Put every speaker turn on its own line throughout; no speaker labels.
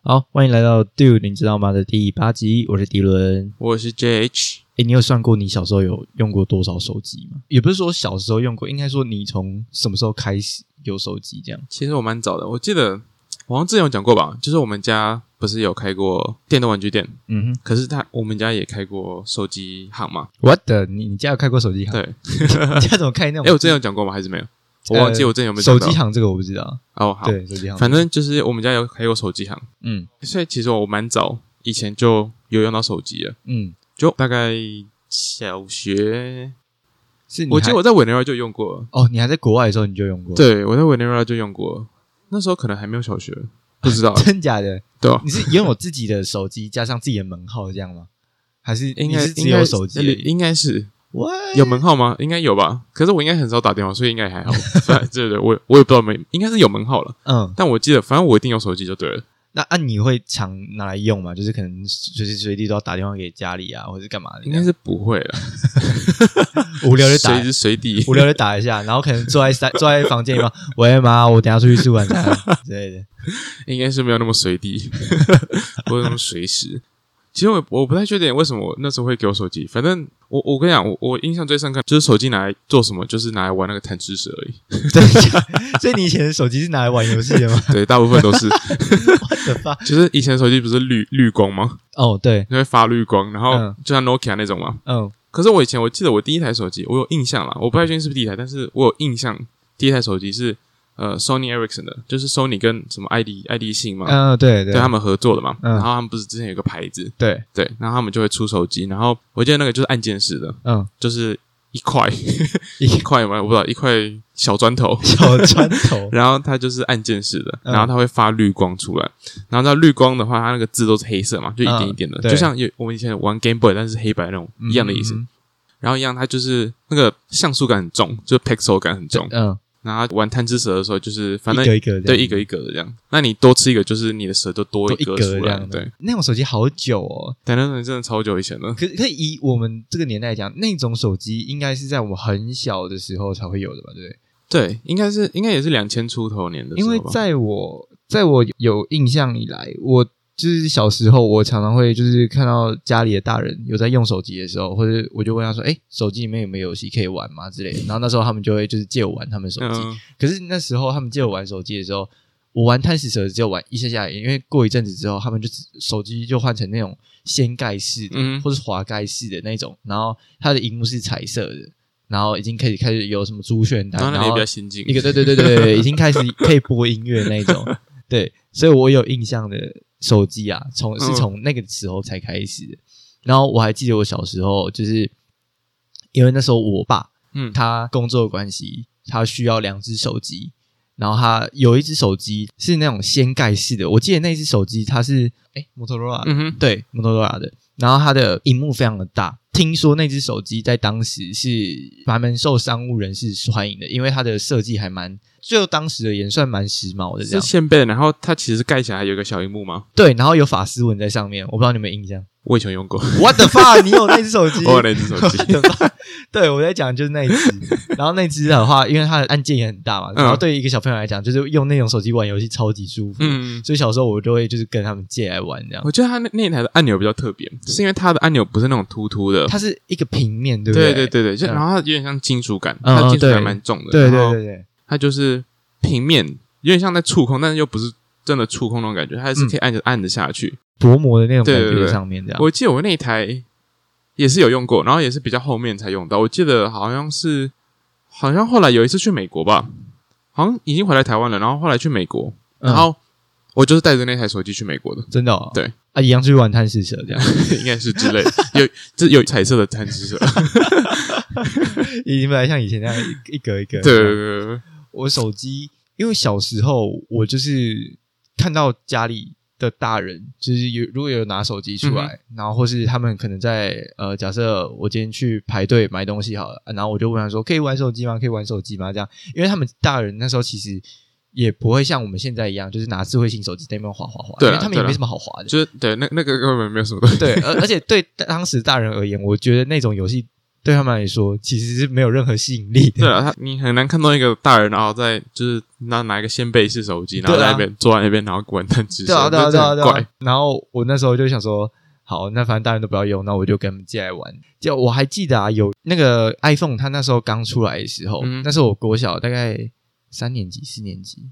好，欢迎来到 Dude，你知道吗的第八集，我是迪伦。
我是 JH，
诶，你有算过你小时候有用过多少手机吗？也不是说小时候用过，应该说你从什么时候开始有手机这样？
其实我蛮早的，我记得我好像之前有讲过吧，就是我们家不是有开过电动玩具店，
嗯哼
可是他我们家也开过手机行嘛，
，What the？你你家有开过手机行？
对，
你家怎么啊开那种？
哎、我之前有讲过吗？还是没有？我忘记我之前有没有讲
手
到
机行这个我不知道。
哦，好，
对，手机行。
反正就是我们家有开过手机行，
嗯
所以其实我蛮早以前就有用到手机了，
嗯，
就大概小学，
是你
我记
还
得我在委内瑞拉就用过了，
哦，你还在国外的时候你就用过？，，
对我在委内瑞拉就用过了，那时候可能还没有小学，不知道
真假的？
对吧？
你是拥有自己的手机加上自己的门号这样吗？还是
应
你
该
是呃只有手机而已？
应该是
我
有门号吗？应该有吧。可是我应该很少打电话，所以应该还好。 反正对对，我我也不知道有没有，应该是有门号了。
嗯，
但我记得，反正我一定有手机就对了。
那按、你会常拿来用吗？就是可能随时随地都要打电话给家里啊，或者是干嘛的这
应
样？
该是不会了，
无聊就打
随，时随地。
无聊就打一下，然后可能坐在三 坐在房间里面，喂妈，我等一下出去吃晚餐 之类的。
应该是没有那么随地， 不会那么随时。其实我我不太确定为什么我那时候会给我手机，反正我我跟你讲，我我印象最深刻就是手机拿来做什么，就是拿来玩那个贪吃蛇而已。
真的假的？ 所以你以前的手机是拿来玩游戏的吗？
对，大部 分都是，
我的妈！
就是以前手机不是绿绿光吗？
哦，对，
就会发绿光，然后
嗯
就像 Nokia 那种嘛，
嗯，
可是我以前我记得我第一台手机，我有印象啦，我不太确定是不是第一台，但是我有印象，第一台手机是呃 Sony Ericsson 的，就是 Sony 跟什么爱迪爱迪信嘛，
嗯，对对
啊对他们合作的嘛。
嗯
然后他们不是之前有个牌子，
对，
对，然后他们就会出手机，然后我记得那个就是按键式的，
嗯，
就是一块
一
一块嘛，我不知道一块小砖 头，
小砖头
然后它就是按键式的，
嗯
然后它会发绿光出来，然后那绿光的话，它那个字都是黑色嘛，就一点一点的，
嗯对
就像有我们以前玩 Game Boy，但是黑白那种 一样的意思。
嗯
然后一样，它就是那个像素感很重，就是 pixel 感很重。
嗯，
然后玩贪吃蛇的时候，就是反
一
正
个一个这
对
样
一格一格的这样。那你多吃一个，就是你的蛇就多
多
一
一
格
格这
出来。
样的
对，，
那种手机好久哦。
但那种真的超久以前了。
可可以以我们这个年代来讲，那种手机应该是在我们很小的时候才会有的吧？对不对？
对，应该是应该也是两千出头年的时
因
候吧。
为在我在我有印象以来，我就是小时候，我常常会就是看到家里的大人有在用手机的时候，或者我就问他说：“哎，手机里面有没有游戏可以玩吗？”之类的。然后那时候他们就会就是借我玩他们手机。
嗯
可是那时候他们借我玩手机的时候，我玩贪食蛇只有玩一下下而已，因为过一阵子之后，他们就只手机就换成那种掀盖式的，
嗯
或是滑盖式的那种，然后它的荧幕是彩色的，然后已经开始开始有什么猪炫
然后
蛋，
那
然
里比
后
较先进
一。个对对对对对，已经开始可以播音乐那一 种，对，所以我有印象的手机啊，从是
嗯
从那个时候才开始的。然后我还记得我小时候，就是因为那时候我爸
嗯，
他工作的关系，他需要两只手机，然后他有一只手机是那种掀盖式的，我记得那只手机它是哎摩托罗拉，
嗯哼，
对摩托罗拉的，然后它的荧幕非常的大。听说那只手机在当时是蛮蛮受商务人士欢迎的，因为它的设计还蛮，就当时的也算蛮时髦的这
是
样。
现辈。然后它其实盖起来还有一个小荧幕吗？
对，然后有法丝纹在上面，我不知道你们有没有印 象。
我以前用过，
What the fuck！你有那只手机？
我有那 只手机。
对吧？对，我在讲就是那一只，然后那只的话，因为它的按键也很大嘛，
嗯
然后对于一个小朋友来讲，就是用那种手机玩游戏超级舒服，
嗯，
所以小时候我就会就是跟他们借来玩这样。
我觉得它那那一台的按钮比较特别，是因为它的按钮不是那种突突的，
它是一个平面，对不
对
对
对对对，就
嗯
然后它有点像金属感，
嗯
它的
嗯
金属
对
感蛮重的，
对对
然后
对对
它就是平面，有点像在触控，但是又不是真的触控那种感觉，它还是可以按着按着下去。
薄膜的那种感
对对
觉
对
上嗯面这样。
我记得我那一台也是有用过，然后也是比较后面才用到，我记得好像是好像后来有一次去美国吧，好像已经回来台湾了，然后后来去美国，
嗯
然后我就是带着那台手机去美国的。
真的、哦、
对
啊，一样去玩贪食蛇这样，
应该是之类的，有这有彩色的贪吃蛇，
已经不太像以前那样一一格一格。
对对对对，
我手机，因为小时候我就是看到家里的大人，就是有如果有拿手机
嗯
出来，然后或是他们可能在呃，假设我今天去排队买东西好了，啊然后我就问他说：“可以玩手机吗？可以玩手机吗？”这样，因为他们大人那时候其实。也不会像我们现在一样，就是拿智慧型手机在那边滑滑滑，
对啊
因为他们也
对啊
没什么好滑的。
就是对那那个根本没有什么东西，
对，而而且对当时大人而言，我觉得那种游戏对他们来说其实是没有任何吸引力
对
的。
啊，他你很难看到一个大人，然后在就是拿拿一个先背式手机，然后
对啊
在那边、坐在那边，然后玩弹指
对啊，
手，
对啊，
就
对啊，
很
对
怪
啊。。然后我那时候就想说，好，那反正大人都不要用，那我就跟他们借来玩。就我还记得啊，有那个 iPhone，它那时候刚出来的时候，
嗯
那时候我国小大概三年级、四年级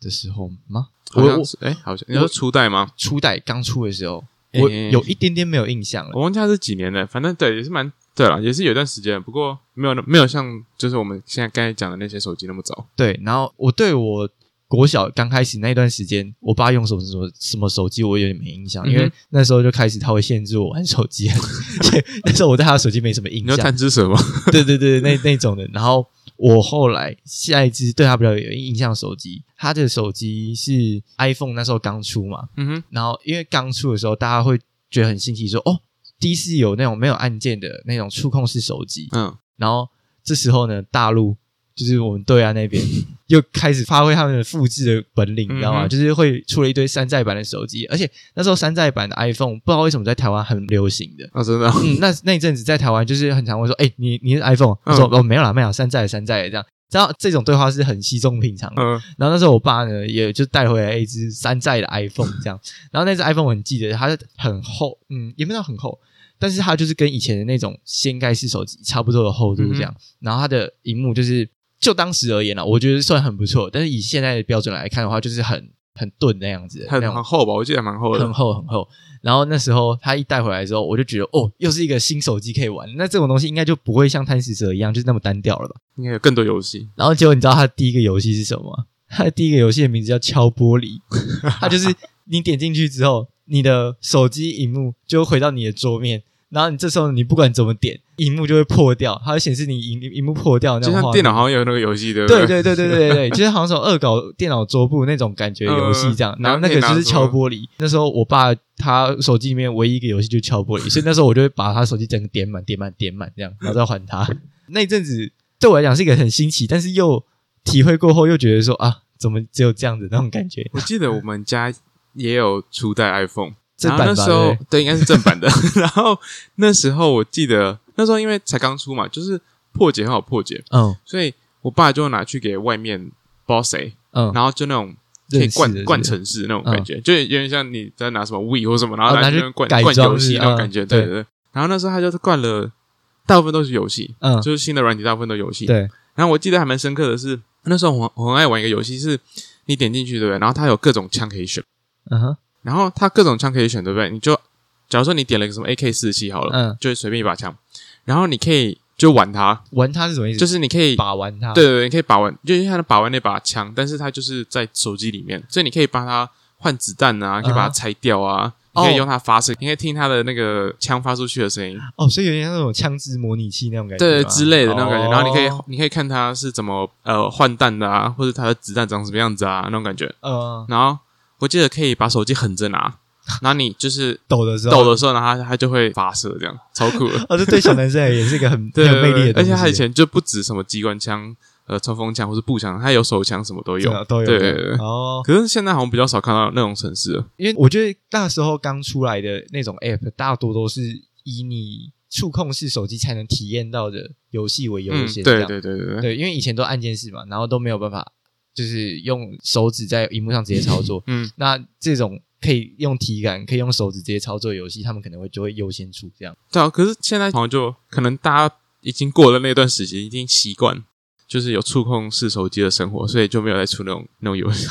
的时候吗？
好
我
像
我
是哎，好像你说初代吗？
初代刚出的时候，我
诶
有一点点没有印象了。
我忘记它是几年了，反正对也是蛮对了，也是有一段时间，不过没有那没有像就是我们现在刚才讲的那些手机那么早。
对，然后我对我国小刚开始那段时间，我爸用什么什么什么手机，我有点没印象，因
嗯
为
哼
那时候就开始他会限制我玩手机，而且那时候我 对他的手机没什么印
你说
象，
弹 指蛇吗？
对对对，那那种的。然后我后来下一只对他比较有印象的手机，他的手机是 iPhone，那时候刚出嘛，
嗯哼，
然后因为刚出的时候，大家会觉得很新奇说哦，第一次有那种没有按键的那种触控式手机，
嗯，
然后这时候呢，大陆就是我们对岸那 边又开始发挥他们的复制的本领，你知道
嗯
吗？
哼
就是会出了一堆山寨版的手机，而且那时候山寨版的 iPhone 不知道为什么在台湾很流行的。
啊，真的啊，
嗯，那那一阵子在台湾就是很常会说，哎、你你是 iPhone？
嗯
我说、哦没有啦，没有啦山寨的山寨的这样。知道这种对话是很稀松平常的。
嗯
然后那时候我爸呢，也就带回来一只山寨的 iPhone 这样。然后那只 iPhone 我很记得，它是很厚，嗯，也没到很厚，但是它就是跟以前的那种掀盖式手机差不多的厚度这样。然后它的荧幕就是，就当时而言啊啦，我觉得算很不错。但是以现在的标准来看的话，就是很很钝那样子的，
它
那种
蛮厚吧？我记得蛮厚
很
的。
厚很厚。然后那时候他一带回来之后，我就觉得哦，又是一个新手机可以玩。那这种东西应该就不会像贪食蛇一样，就是那么单调了吧？
应该有更多游戏，
然后结果你知道他的第一个游戏是什么吗？他的第一个游戏的名字叫敲玻璃， 它就是你点进去之后，你的手机荧幕就会回到你的桌面。然后你这时候你不管怎么点，荧幕就会破掉，它会显示你荧荧幕破掉的
就
那种
像
画
电
面。
脑好像有那个游戏，对不
对对对对对对，就是好像是种恶搞电脑桌布那种感觉的游戏这样。
嗯
然后那个
然后
就
可以
是
拿
敲玻璃。那时候我爸他手机里面唯一一个游戏就是敲玻璃，所以那时候我就会把他手机整个点满、点满、点满这样，然后再还他。那一阵子对我来讲是一个很新奇，但是又体会过后又觉得说啊，怎么只有这样子那种感觉？
我记得我们家也有初代 iPhone，
正
然
版
后
吧
那时候对，应该是正 版的。然后那时候我记得那时候因为才刚出嘛，就是破解很好破解，
嗯
所以我爸就拿去给外面不知道谁，
嗯，
然后就那种可以
认识的
灌
是
灌城市那种感觉，就有点像你在拿什么 We 或什么，然后
哦拿去
那边灌
改
灌
装
游戏
是
那种感觉，
嗯
对
对
对。对然后那时候他就是灌了，大部分都是游戏，
嗯，
就是新的软体大部分都游戏。
对，
然后我记得还蛮深刻的是，那时候我我很爱玩一个游戏，是你点进去对不对？然后它有各种枪可以选，
嗯哼，
然后它各种枪可以选对不对？你就假如说你点了一个什么 AK 四七好了，
嗯
就随便一把枪，然后你可以就玩它，
玩它是什么意思？
就是是你可以
嗯把玩它。
对对对，你可以把玩，就是像把玩那把枪，但是它就是在手机里面，所以你可以帮它换子弹啊，可以把它拆掉啊，
嗯哦
你可以用它发射，你可以听它的那个枪发出去的声音，
哦，所以有点像那种枪支模拟器那种感觉吗，
对之类的那种感觉。然后你可以
哦
你可以看它是怎么呃换弹的啊，或者它的子弹长什么样子啊那种感觉。
嗯
然后我记得可以把手机横着拿，然后你就是
抖的时候
抖的时候呢，它它就会发射，这样超酷的。
哦，这对小男生而言是一个很 很
对，
有魅力的东
而
西，
且它以前就不止什么机关枪、呃冲锋枪或是步枪，它有手枪，什么都有
真。的都有
对
这样
对对
哦，
可是现在好像比较少看到那种城市了。
因为我觉得那时候刚出来的那种 app，大多都是以你触控式手机才能体验到的游戏为优
嗯，
先、这
对
样
对对对对，
对因为以前都按键式嘛，然后都没有办法就是用手指在荧幕上直接操 作。
嗯，
那这种可以用体感、可以用手指直接操作的游戏，他们可能会就会优先出这 样。
对啊。可是现在好像就可能大家已经过了那段时间，已经习惯就是有触控式手机的生活，所以就没有再出那种那种 游戏，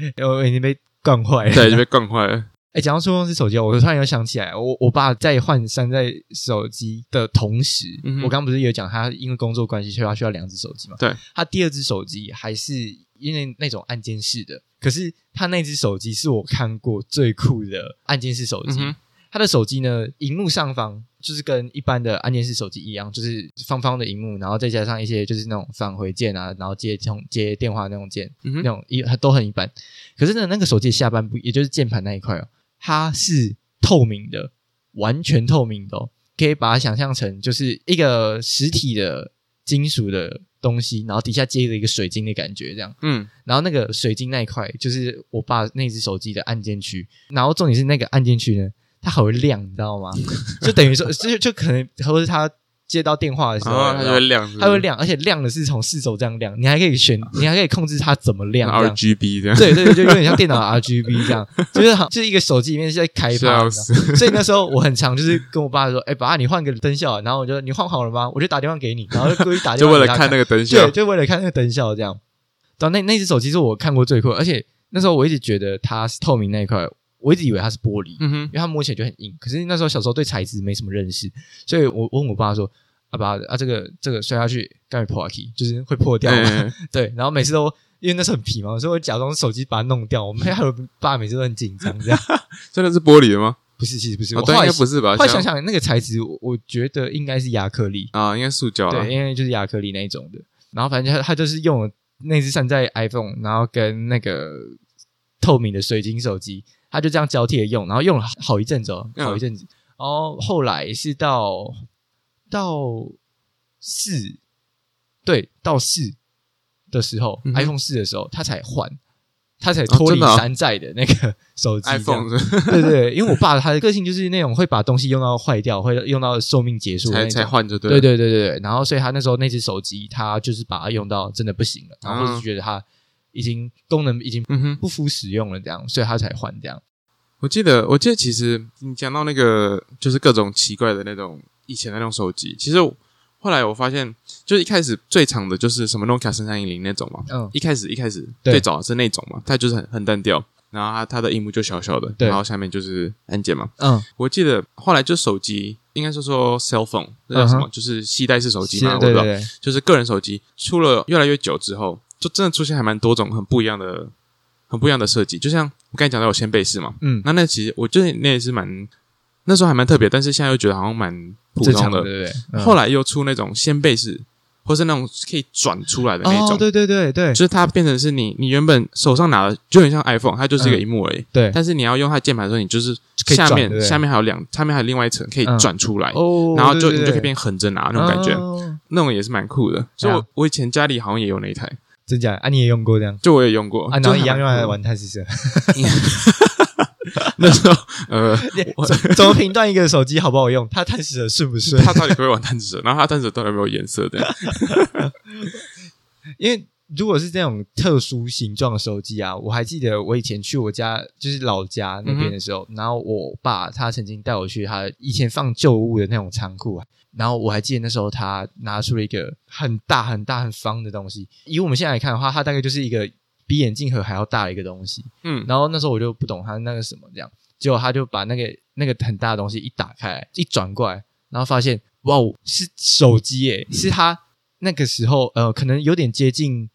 因为哦我已经被惯坏了。
对，就被惯坏了。
哎，讲到触控式手机，我突然又想起来，我我爸在换山寨手机的同时，
嗯哼
我刚不是有讲他因为工作关系，所以他需要两只手机嘛？
对，
他第二只手机还是因为那种按键式的，可是他那只手机是我看过最酷的按键式手
嗯
机。
哼，
它的手机呢，荧幕上方就是跟一般的按键式手机一样，就是方方的荧幕，然后再加上一些就是那种返回键啊，然后接通接电话那种键，
嗯
那
哼，
种一都很一般。可是呢，那个手机的下半部，也就是键盘那一块哦，它是透明的，完全透明的、哦，可以把它想象成就是一个实体的金属的东西，然后底下接了一个水晶的感觉这样。
嗯，
然后那个水晶那一块就是我爸那只手机的按键区，然后重点是那个按键区呢它还会亮，你知道吗？就等于说，就就可能，或是他接到电话的时
然
候，
后它就会哦亮，
它会，亮，而且亮的是从四轴这样亮，你还可以选，你还可以控制它怎么亮。这样
RGB 这样，
对对对，就有点像电脑 RGB 这 样，就是好就是一个手机里面是在开发
笑
的。
死，
所以那时候我很常就是跟我爸说：“哎、爸，你换个灯效。”然后我就你换好了吗？我就打电话给你，然后就故意打电
就
话
为
给
了
他
看那个灯效
对，，就为了看那个灯效这样。然后那那只手机是我看过最酷的，而且那时候我一直觉得它是透明那一块，我一直以为它是玻璃，
嗯哼
因，为它摸起来就很硬。可是那时候小时候对材质没什么认识，所以我我问我爸说：“啊爸，啊这个这个摔下去该会破皮，就是会破掉吗？”
哎
对，然后每次都因为那时候很皮嘛，所以我假装手机把它弄掉。我妹 还有爸每次都很紧张，这样
真的是玻璃的吗？
不是，其实不是，
哦
我
对，
后
应
来
该不是吧？
后来想想那个材质，我我觉得应该是亚克力，
啊，应该塑胶了
对，。因为就是亚克力那一种的。然后反正他他就是用了那只山寨 iPhone，然后跟那个透明的水晶手机，他就这样交替的用，然后用了好一阵子哦，
嗯
好一阵子。然后后来是到到四，对，到四的时候、
嗯哼
i p h o n e 四的时候，他才换，他才脱
真
离
的哦
山寨的那个手机这样、
iPhone 是
对对对，因为我爸他的个性就是那种会把东西用到坏掉，会用到寿命结束的那
才
种
才换就
对
对了，
对对对对，然后所以他那时候那只手机，他就是把它用到真的不行了，然后或者
啊
是觉得它已经功能已经
嗯哼。
不敷使用了，这样，所以他才换这样。
我记得，我记得，其实你讲到那个，就是各种奇怪的那种以前的那种手机。其实我后来我发现，就是一开始最长的就是什么 Nokia 三三一零那种嘛。
嗯
一开始一开始
对
最早的是那种嘛，它就是很很单调，然后它它的荧幕就小小的，
对
然后下面就是按键嘛。
嗯，
我记得后来就手机，应该是说 cell phone，那叫什么
嗯
就是系带式手机
是
嘛，我不
对
知道
对，对，
就是个人手机出了越来越久之后，就真的出现还蛮多种很不一样的、很不一样的设计。就像我刚才讲到有掀背式嘛，
嗯，
那那其实我觉得那也是蛮那时候还蛮特别，但是现在又觉得好像蛮普
正
通
常
的。
的对对对。嗯
后来又出那种掀背式，或是那种可以转出来的那种，
哦，对对对对
就是它变成是你你原本手上拿的就很像 iPhone，它就是一个
嗯
荧幕而已。
对，
但是你要用它键盘的时候，你就是
可以
下
转
面
对不对
下面还有两下面还有另外一层可以
嗯
转出来，
哦，
然后
对
就
对
你
对
就可以变横着拿那种感觉。
哦
那种也是蛮酷的。所
对
以
啊
我，我以前家里好像也有那一台，
真假啊？你也用过这样
就我也用过，
啊？然
就
后
还
一样用
蛮酷
来
哦的。
玩贪吃蛇，
那时候，呃，
怎怎么评断一个手机好不好用？它贪吃蛇顺不顺？
他到底会不会玩弹指蛇？然后他弹指蛇到底有没有颜色的？
因为如果是这种特殊形状的手机啊，我还记得我以前去我家就是老家那边的时候，然后我爸他曾经带我去他以前放旧物的那种仓库啊，然后我还记得那时候他拿出了一个很大很大很方的东西，以我们现在来看的话，它大概就是一个比眼镜盒还要大的一个东西，
嗯，
然后那时候我就不懂他那个什么这样，结果他就把那个那个很大的东西一打开来，一转过来，然后发现哇哦，是手机耶，是他那个时候呃，可能有点接近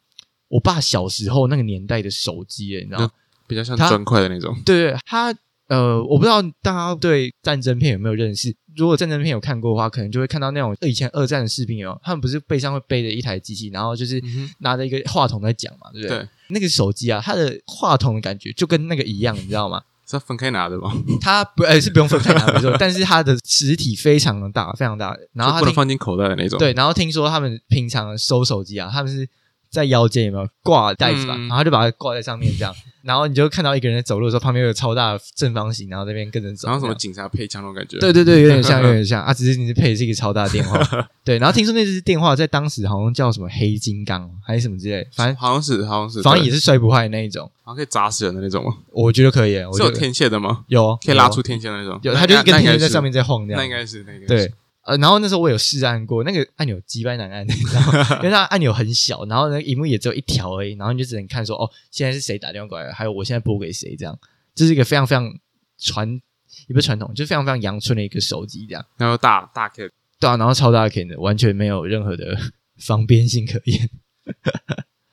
我爸小时候那个年代的手机耶，你知道吗？
比较像
它
砖块的那种。
对对，他呃，我不知道大家对战争片有没有认识？如果战争片有看过的话，可能就会看到那种以前二战的士兵哦，他们不是背上会背着一台机器，然后就是
嗯哼
拿着一个话筒在讲嘛，对不对？
对，
那个手机啊，它的话筒的感觉就跟那个一样，你知道吗？
是要分开拿的吗？
它不呃是不用分开拿没错，但是它的实体非常的大，非常大。然后
就
它
不能
听
放进口袋的那种。，
对，然后听说他们平常收手机啊，他们是在腰间有没有挂袋子吧，
嗯
然后就把它挂在上面这样，然后你就看到一个人在走路的时候，旁边有个超大的正方形，然后这边跟着走，
然后什
这
么
样
警察配枪那种感觉。
对，对对，有点像，有点 像啊！只是你是配的是一个超大的电话，对。然后听说那只电话在当时好像叫什么黑金刚还是什么之类，反正
好像是，好像是，
反正
对
也是摔不坏的那一种。
好像可以砸死人的那种吗？
我觉得可以，哦我
是
觉
有
得
天线的吗？
有
可以拉出，天线的那种。
有有，
那
它就是
那
跟
那应
天
该
线在
是
上，面在晃这样
那应。该是，那应该是
对，，呃，然后那时候我有试按过，那个按钮击败难按，你知道吗因为它按钮很小，然后那个荧幕也只有一条而已，然后你就只能看说哦，现在是谁打电话过来了，还有我现在拨给谁，这样，这是一个非常非常传，也不是传统，就是非常非常阳春的一个手机这样，
然后大大 K
对啊，然后超大屏的，完全没有任何的 方便性可言。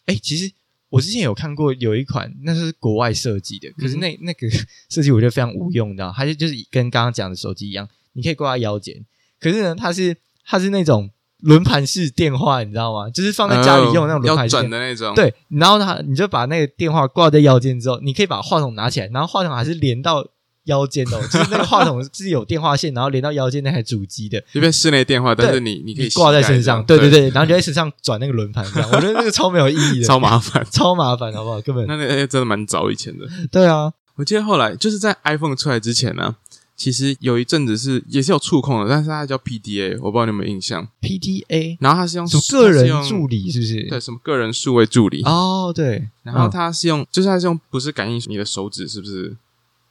哎、其实我之前有看过有一款，那是国外设计的，可
嗯
是那、那个 设计我觉得非常无用，你知道吗，它就就是跟刚刚讲的手机一样，你可以挂在腰间，可是呢，它是它是那种轮盘式电话，你知道吗？就是放在家里用的那种轮
哦要
盘式
转
电话。
的那种。，
对，然后它你就把那个电话挂在腰间之后，你可以把话筒拿起来，然后话筒还是连到腰间的、哦，就是那个话筒 是有电话线，然后连到腰间那台主机的，
这边室内电话，但
对
是你你可以
你挂在
膝盖
身
这样
上，对对，对，然后就在身上转那个轮盘这样，我觉得那个超没有意义的，
超麻烦。
超麻烦，好不 好？根本
那那那真的蛮早以前的。
对啊，
我记得后来就是在 iPhone 出来之前呢、其实有一阵子是也是有触控的，但是它叫 PDA，我不知道你有没有印象。
PDA
然后它是用
什么个
它是
人
用
助理是不是？
对什么个人数位助理，
哦，对，
然后
嗯
它是用就是它是用不是感应你的手指是不是？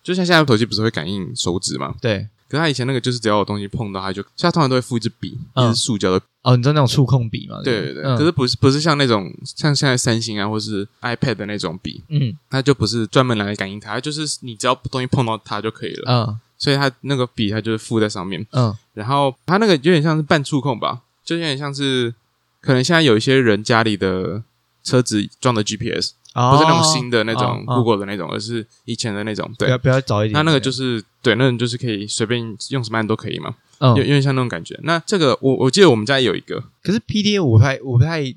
就像现在手机不是会感应手指嘛？
对
可是它以前那个就是只要有东西碰到它就，所以它通常都会附一支笔，
嗯
一支塑胶的
哦，你知道那种触控笔吗？
对
不
对对，
嗯
可是不是不是像那种像现在三星啊，或是 iPad 的那种笔，
嗯
它就不是专门拿来感应它，它就是你只要东西碰到它就可以了。
嗯
所以它那个笔它就是附在上面，
嗯
然后它那个有点像是半触控吧，就有点像是可能现在有一些人家里的车子装的 GPS，、
哦，
不是那种新的那种、
哦哦
Google 的那种，而是以前的那种。
不要
对，
不要早一点。
它那个就是是对，那种就是可以随便用什么按都可以嘛，
嗯
有，有点像那种感觉。那这个我我记得我们家也有一个，
可是 PDA 我不太我不太，因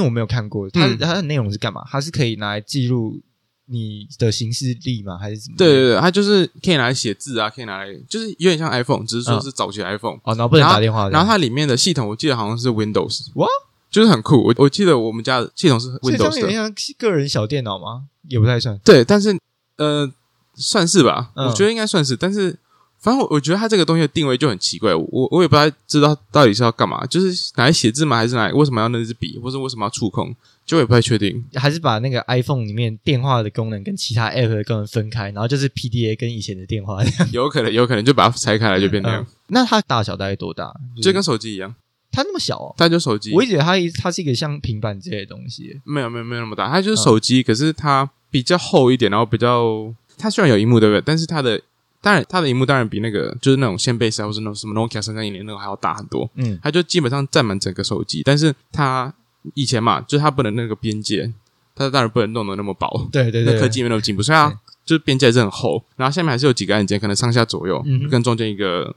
为我没有看过它、
嗯
它的内容是干嘛？它是可以拿来记录你的行事历吗？还是怎么？
对对对，它就是可以拿来写字啊，可以拿来，就是有点像 iPhone，只是说
嗯
是早期的 iPhone、
哦，然后不能打电话这
然
样，
后它里面的系统，我记得好像是 Windows，
哇，
就是很酷。我我记得我们家的系统是
所以这样
Windows
有点
的，
像个人小电脑吗？也不太算。
对，但是呃，算是吧，
嗯
我觉得应该算是。但是反正我我觉得它这个东西的定位就很奇怪，我我也不太知道到底是要干嘛，就是拿来写字吗？还是拿来为什么要那支笔，或者为什么要触控？就我也不太 确定。
还是把那个 iPhone 里面电话的功能跟其他 App 的功能分开，然后就是 PDA 跟以前的电话。
有可能，有可能就把它拆开来就变那样，
嗯那它大小大概多大？
就跟手机一样，
它那么小哦，
它就手机。
我一直以为它一它是一个像平板之类的东西。
没有没有没有那么大，它就是手机，可是它比较厚一点，然后比较它虽然有荧幕对不对？但是它的当然它的荧幕当然比那个就是那种掀背式啊或是那种什么 Nokia 三三一零那个还要大很多，
嗯，
它就基本上占满整个手机。但是它以前嘛，就是它不能那个边界，它当然不能弄得那么薄，
对对对，
那科技没那么进步，所以它
对
就是边界还是很厚。然后下面还是有几个按键，可能上下左右，
嗯哼
跟中间一个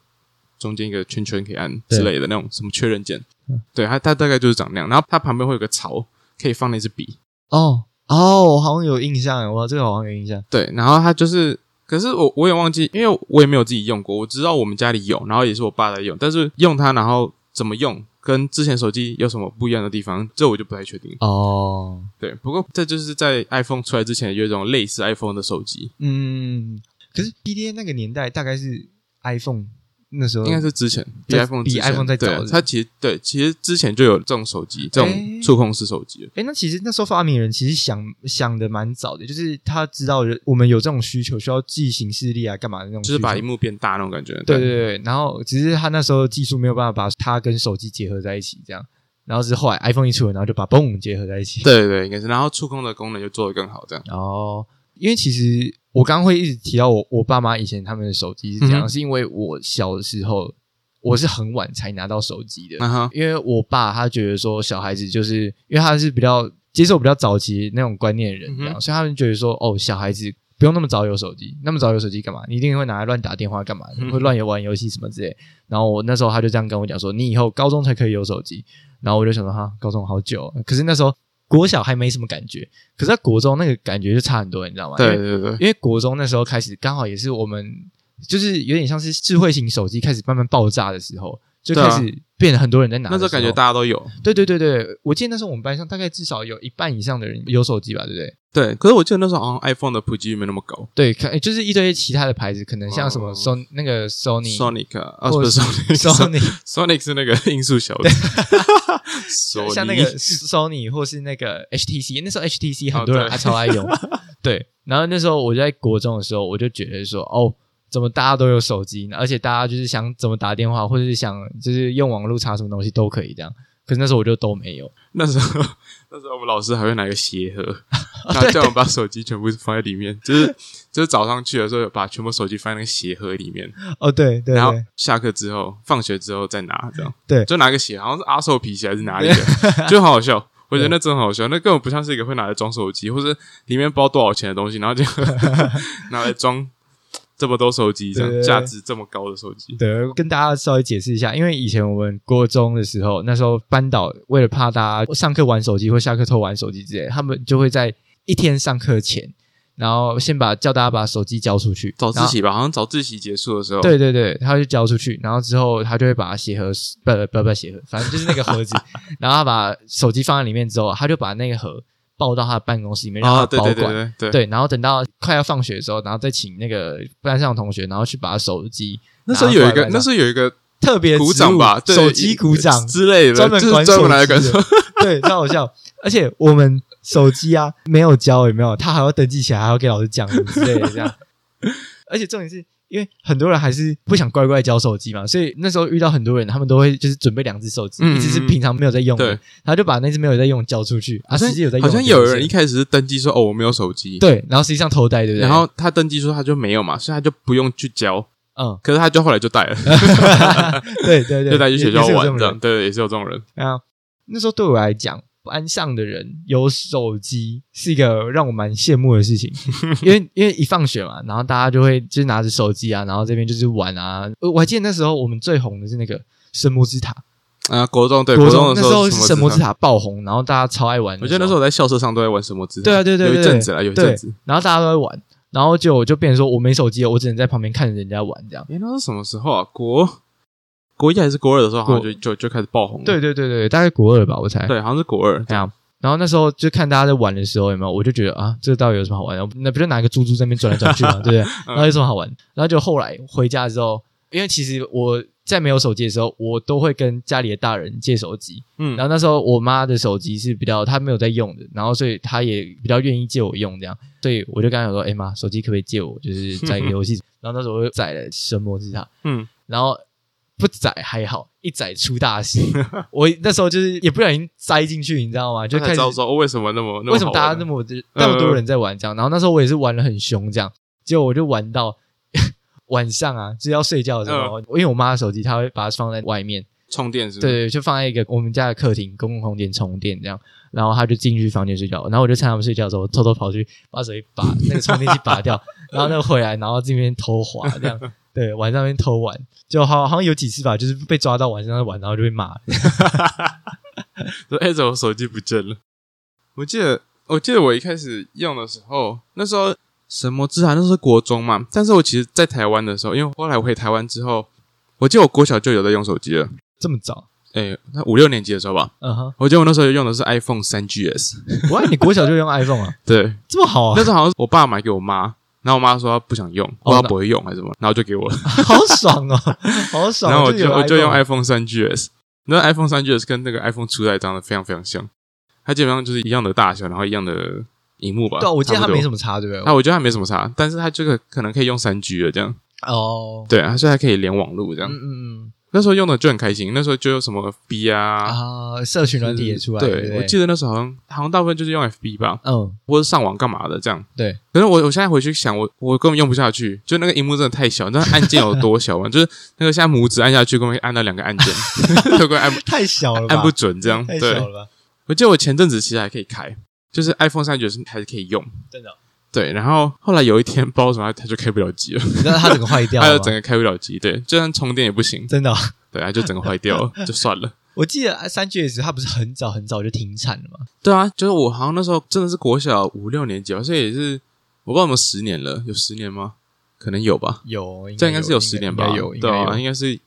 中间一个圈圈可以按之类的那种什么确认键。
嗯
对它，它大概就是长那样。然后它旁边会有个槽，可以放那支笔。
哦哦，我好像有印象，我这个好像有印象。
对，然后它就是，可是我我也忘记，因为我也没有自己用过，我知道我们家里有，然后也是我爸在用，但是用它然后怎么用，跟之前手机有什么不一样的地方，这我就不太确定。
哦，
对，不过这就是在 iPhone 出来之前有一种类似 iPhone 的手机，
嗯，可是 PDA 那个年代大概是 iPhone 那时候，
应该是之前比
在嗯
iPhone
比
之前
iPhone 再早
对
是不是
它其实对，其实之前就有这种手机，这种
诶
触控式手机了。
哎、那其实那时候发明人其实想想的蛮早的，就是他知道人我们有这种需求，需要记行事历啊，干嘛的那种需
就
求，
是把荧幕变大那种感觉，
对对对，然后只是他那时候技术没有办法把它跟手机结合在一起，这样，然后是后来 iPhone 一出来，然后就把嘣结合在一起。
对对对，应该是。然后触控的功能就做得更好，这样。
哦，因为其实我刚刚会一直提到我我爸妈以前他们的手机是怎样，
嗯哼
是因为我小的时候我是很晚才拿到手机的，
然后
因为我爸他觉得说小孩子就是因为他是比较接受比较早期那种观念的人，这样，
嗯哼
所以他们觉得说哦，小孩子不用那么早有手机，那么早有手机干嘛？你一定会拿来乱打电话干嘛
嗯？哼
会乱游玩游戏什么之类。然后我那时候他就这样跟我讲说，你以后高中才可以有手机。然后我就想说哈，高中好久哦，可是那时候国小还没什么感觉，可是在国中那个感觉就差很多，你知道吗？因为
对对对，
因为国中那时候开始，刚好也是我们就是有点像是智慧型手机开始慢慢爆炸的时候，就
对
开
啊
始变得很多人在拿的
那时
时
候
候。
感觉大家都有。
对对对对，我记得那时候我们班上大概至少有一半以上的人有手机吧，对不对？
对，可是我记得那时候好像 iPhone 的普及率没那么高。
对，看就是一堆其他的牌子，可能像什
哦
么 Sony、那个 Sony、
Sonic 啊啊，
或
不
者
是
是
Sonic，Sonic 是那个音速小子，索尼
像那个 Sony 或是那个 HTC，那时候 HTC 很多
哦
人
对
还超爱 用。对，然后那时候我在国中的时候，我就觉得说，哦，怎么大家都有手机呢？而且大家就是想怎么打电话，或者是想就是用网络查什么东西都可以这样。可是那时候我就都没有。
那时候那时候我们老师还会拿一个鞋盒，
哦
他叫我们把手机全部放在里面，就是就是早上去的时候把全部手机放在那个鞋盒里面，
哦，对对
然后
对，
下课之后、放学之后再拿，这样
对
就拿个鞋，好像是阿寿皮鞋还是哪里的， 就很好笑。我觉得那真的很好笑，那根本不像是一个会拿来装手机，或是里面包多少钱的东西，然后就 拿来装这么多手机，这
对
样
对对
价值这么高的手机。
对，跟大家稍微解释一下，因为以前我们国中的时候，那时候班导为了怕大家上课玩手机或下课偷玩手机之类的，他们就会在一天上课前，然后先把叫大家把手机交出去，
早自
然后
习吧，好像早自习结束的时候，啊
对对对，他就交出去，然后之后他就会把鞋盒， 不不不不鞋盒，反正就是那个盒子，然后他把手机放在里面之后，他就把那个盒抱到他的办公室里面让
啊，
他
对
保
对
管。
对对对，
对，然后等到快要放学的时候，然后再请那个班上的同学，然后去把手机
那时候有一
拿过来班
个，
上
那时候有一个
特别
鼓
职
掌
务
吧，对
手机鼓掌，
之类的，
专门
就是
管
专门来
手
管
机的对，超好笑。而且我们手机啊没有交，有没有？他还要登记起来，还要给老师讲什么之类的这样。 而且重点是因为很多人还是不想乖乖交手机嘛，所以那时候遇到很多人，他们都会就是准备两只手机，
嗯
一只是
嗯嗯
平常没有在用的
对，
他就把那只没有在用的交出去， 啊，
好像
实际有在用
好
的
像
给老
有
师
人一开始是登记说哦我没有手机，
对，然后实际上偷带，对不对？
然后他登记说他就没有嘛，所以他就不用去交，
嗯，
可是他就后来 就带了，
对对对，
就带去
也
学校
也是有这
玩
种
这
人
样，对，也是有这种人，
啊，那时候对我来讲，班上的人有手机是一个让我蛮羡慕的事 情，因为因为一放学嘛，然后大家就会就是拿着手机啊，然后这边就是玩啊。呃我还记得那时候我们最红的是那个神魔之塔，
啊，国中对
国
中
那
的
时候
候
是
是
神魔之
之塔，
塔爆红，然后大家超爱玩。
我记得那时候我在校车上都在玩神魔之塔，
对啊对对对
有一阵子了，有一阵
对
子，，
然后大家都在玩，然后就就变成说我没手机了，我只能在旁边看着人家玩这样。
哎，那是什么时候啊？国国一还是国二的时候，好像
国
就就就开始爆红了，
对对对对，大概国二吧，我猜。
对，好像是国二，
这样。然后那时候就看大家在玩的时候，有没有？我就觉得啊，这到底有什么好玩的？那不就拿一个珠珠在那边转来转去嘛，对不对？然后有什么好玩？然后就后来回家之后，因为其实我在没有手机的时候，我都会跟家里的大人借手机。
嗯
然后那时候我妈的手机是比较她没有在用的，然后所以她也比较愿意借我用这样，所以我就跟她讲说：“哎、妈，手机可不可以借我？就是载个游戏。”然后那时候我就载了《神魔之塔》，
嗯，
然后不宰还好，一宰出大事。 我那时候就是也不小心栽进去，你知道吗？就
就
开
才
始
知道说哦为什么那么那
为什么大家
好玩
那么那么多人在玩这样。然后那时候我也是玩的很凶这样，结果我就玩到 晚上啊，就是要睡觉的时候，
嗯
因为我妈的手机她会把它放在外面，
充电是不
对
是？
对，就放在一个我们家的客厅公共空间充电这样。然后她就进去房间睡觉，然后我就趁他们睡觉的时候，我偷偷跑去把手机拔那个充电器拔 掉，然后那个回来，然后这边偷滑这样，对，晚上那边偷玩，就好好像有几次吧，就是被抓到晚上在玩，然后就被骂。
说哎，怎么手机不见了？我记得，我记得我一开始用的时候，那时候神魔之啊塔那时候是国中嘛，但是我其实在台湾的时候，因为后来我回台湾之后，我记得我国小就有在用手机了，
这么早？
哎，那五六年级的时候吧，
嗯哼，
我记得我那时候用的是 iPhone 三 GS，
哇，你国小就用 iPhone 啊？
对，
这么好啊
那，时候好像是我爸买给我妈。然后我妈说她不想用，我
哦
她
那
不会用还是什么，然后就给我了。
好爽哦，好爽！
然后我
有
就我就
iPhone
用 iPhone 三 GS，那 iPhone 三 GS 跟那个 iPhone 初代长得非常非常像，它基本上就是一样的大小，然后一样的荧幕吧。
对啊，我记得它没什
么。
么差，对不
啊，
对？
我觉得它没什么差，但是它这个可能可以用三 G 了，这样
哦，
对啊，所以它可以连网络这
嗯
样。
嗯嗯
那时候用的就很开心，那时候就有什么 B 啊，
啊，社群软体也出来，对不对，
我记得那时候好像好像大部分就是用 FB 吧，
嗯，
或者上网干嘛的这样。
对，
可是我我现在回去想，我我根本用不下去，就那个荧幕真的太小，那按键有多小嘛？ 就是那个现在拇指按下去，根本按到两个按键， 都快按不
太小了吧，
按不准这样。
太
对
小，了吧？
我记得我前阵子其实还可以开，就是 iPhone 三九是还是可以用。
真 的哦，
对，然后后来有一天不 知道为什么它就开不了机了，
你知道它整个坏掉
它
了
就
吗
整？个开不了机，对，就算充电也不行，
真的哦，
对，它就整个坏掉了，就算了。
我记得三 GS 它不是很早很早就停产了吗？
对啊，就是我好像那时候真的是国小五六年级吧，所以也是我不知道有没有十年了，有十年吗？可能有吧，
有，
这应该是有
有
十年
应
吧
该，有，应
对
该
啊，
有。
应该是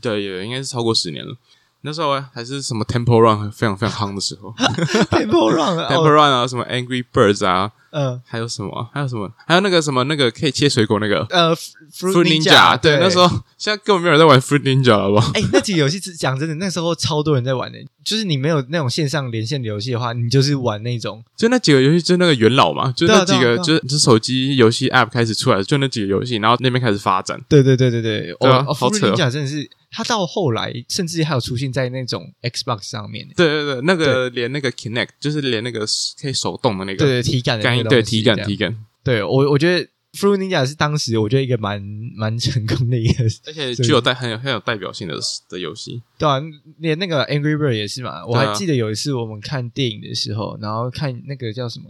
对，有应该是超过十年了。那时候啊还是什么 Temple Run 非常非常夯的时 候
Temple Run，哦
，Temple Run 啊，什么 Angry Birds 啊，
嗯
还有什么，啊还有什么，还有那个什么那个可以切水果那个
呃
Fruit
，Fruit
Ninja，对，
对，
那时候现在根本没有人在玩 Fruit Ninja 了，好不好？
哎、那几个游戏是讲真的，那时候超多人在玩的、就是你没有那种线上连线的游戏的话，你就是玩那种
就那几个游戏，就那个元老嘛，就
对啊
那
对
几
啊
个，
对
就是就是手机游戏 App 开始出来，就那几个游戏，然后那边开始发展。
对对对对对，
对啊
哦，
好
福
扯哦
林甲真的是，他到后来甚至还有出现在那种 Xbox 上面，
对对对，那个连那个 Kinect，就是连那个可以手动的那
对
个
对体感的
感
那
应，
个
对
东西
体感
这样
体感，
对我我觉得 Fruit Ninja 是当时我觉得一个蛮蛮成功的一个，
而且
所以
具有代很有很有代表性的的游戏。
对啊，连那个 Angry Bird 也是嘛，我
对啊
还记得有一次我们看电影的时候，然后看那个叫什么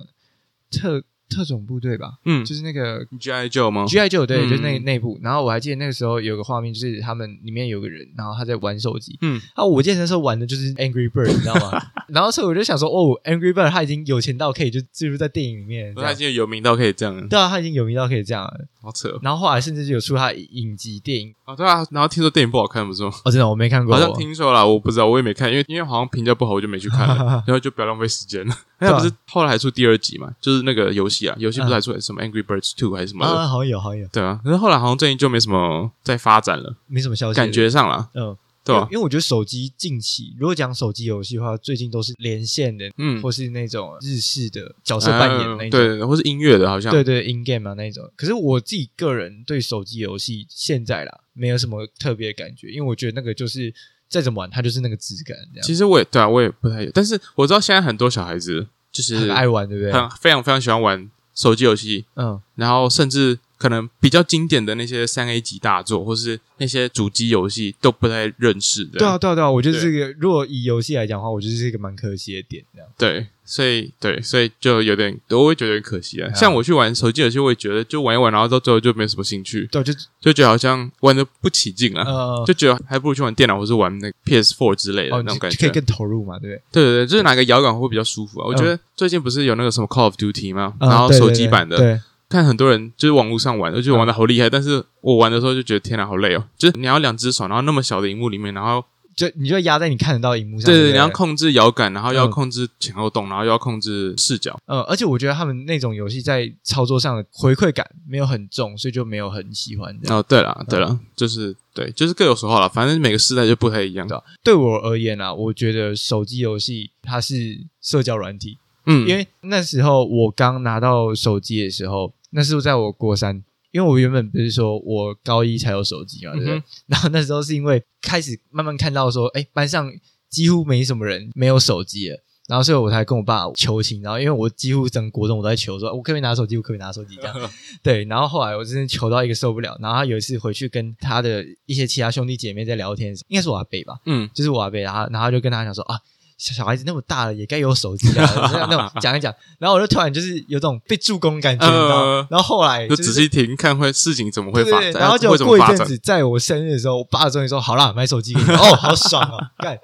特特种部队吧，
嗯
就是那个
，G.I. Joe 吗？
G I 九，对，
嗯
就是那那部。然后我还记得那个时候有个画面，就是他们里面有个人，然后他在玩手机。
嗯，
啊，我记得那时候玩的就是 Angry Bird，你知道吗？ 然后所以我就想说，哦，Angry Bird 他已经有钱到可以就置入在电影里面，这
他已
样
经有名到可以这样，
对啊，他已经有名到可以这样了。
好扯
然后后来甚至有出他影集电影，
啊！对啊，然后听说电影不好看，不是吗？
哦，真的我没看过，
好像听说了，我不知道，我也没看，因为因为好像评价不好，我就没去看了 然后就不要浪费时间了。
对啊
那不是后来还出第二集嘛？就是那个游戏啊，游戏不是
嗯
还出什么 Angry Birds Two 还是什么的？
啊，好像有，好像有，
对啊，可是后来好像最近就没什么在发展了，
没什么消息，
感觉上啦，
嗯。
对啊吧、
因为因为我觉得手机近期，如果讲手机游戏的话，最近都是连线的，
嗯
或是那种日式的角色扮演那
嗯
一种，
对，对或是音乐的，好像
对对，in game 啊那一种。可是我自己个人对手机游戏现在啦，没有什么特别的感觉，因为我觉得那个就是再怎么玩，它就是那个质感这样。
其实我也对啊，我也不太，但是我知道现在很多小孩子就是
很爱玩，对不对？
很非常非常喜欢玩手机游戏，
嗯，
然后甚至可能比较经典的那些三 A 级大作，或是那些主机游戏都不太认识的。
对啊，对啊，对啊。我觉得这
对
个，如果以游戏来讲的话，我觉得是一个蛮可惜的点，这样。
对，所以对，所以就有点，我会觉得有点可惜啊。
啊
像我去玩手机游戏，我也觉得就玩一玩，然后到最后就没什么兴趣，
对，啊就
就觉得好像玩的不起劲啊。
呃，
就觉得还不如去玩电脑，或是玩那个 PS4 之类的、
哦，
那
你
种感
就
觉，
可以更投入嘛，对不对？
对对对，就是拿个摇杆会比较舒服啊。我
嗯
觉得最近不是有那个什么 Call of Duty 吗？
嗯
然后
对
手
对
机
对
版的，
对，
看很多人就是网络上玩，我觉得玩的好厉害。但是我玩的时候就觉得天哪，好累哦！就是你要两只手，然后那么小的荧幕里面，然后
就你就压在你看得到荧幕上，
对
对
对，
不
你要控制摇杆，然后要
嗯
控制前后动，然后又要控制视角。
呃，而且我觉得他们那种游戏在操作上的回馈感没有很重，所以就没有很喜欢这样。
哦，对了对了，就是对，就是各有所好了。反正每个时代就不太一样。的。
嗯对我而言啊，我觉得手机游戏它是社交软体，
嗯，
因为那时候我刚拿到手机的时候，那是在我国三，因为我原本不是说我高一才有手机嘛，对不对？
嗯哼
然后那时候是因为开始慢慢看到说，哎，班上几乎没什么人没有手机了。然后，所以我才跟我爸求情，然后因为我几乎整个国中我都在求说，我可不可以拿手机，我可不可以拿手机这样。 对，然后后来我真的求到一个受不了，然后他有一次回去跟他的一些其他兄弟姐妹在聊天，应该是我阿贝吧，
嗯，
就是我阿贝，然后然后就跟他讲说啊，小小孩子那么大了也该有手机啊， 那那种讲一讲，然后我就突然就是有种被助攻的感觉，你知道吗
呃
然后后来
就是仔细听看会事情怎么会
对
发
对对，
展，
然后就
会怎
过
么
一
发
阵
展。
子，在我生日的时候，我爸终于说好啦，买手机给你，哦，好爽哦，干，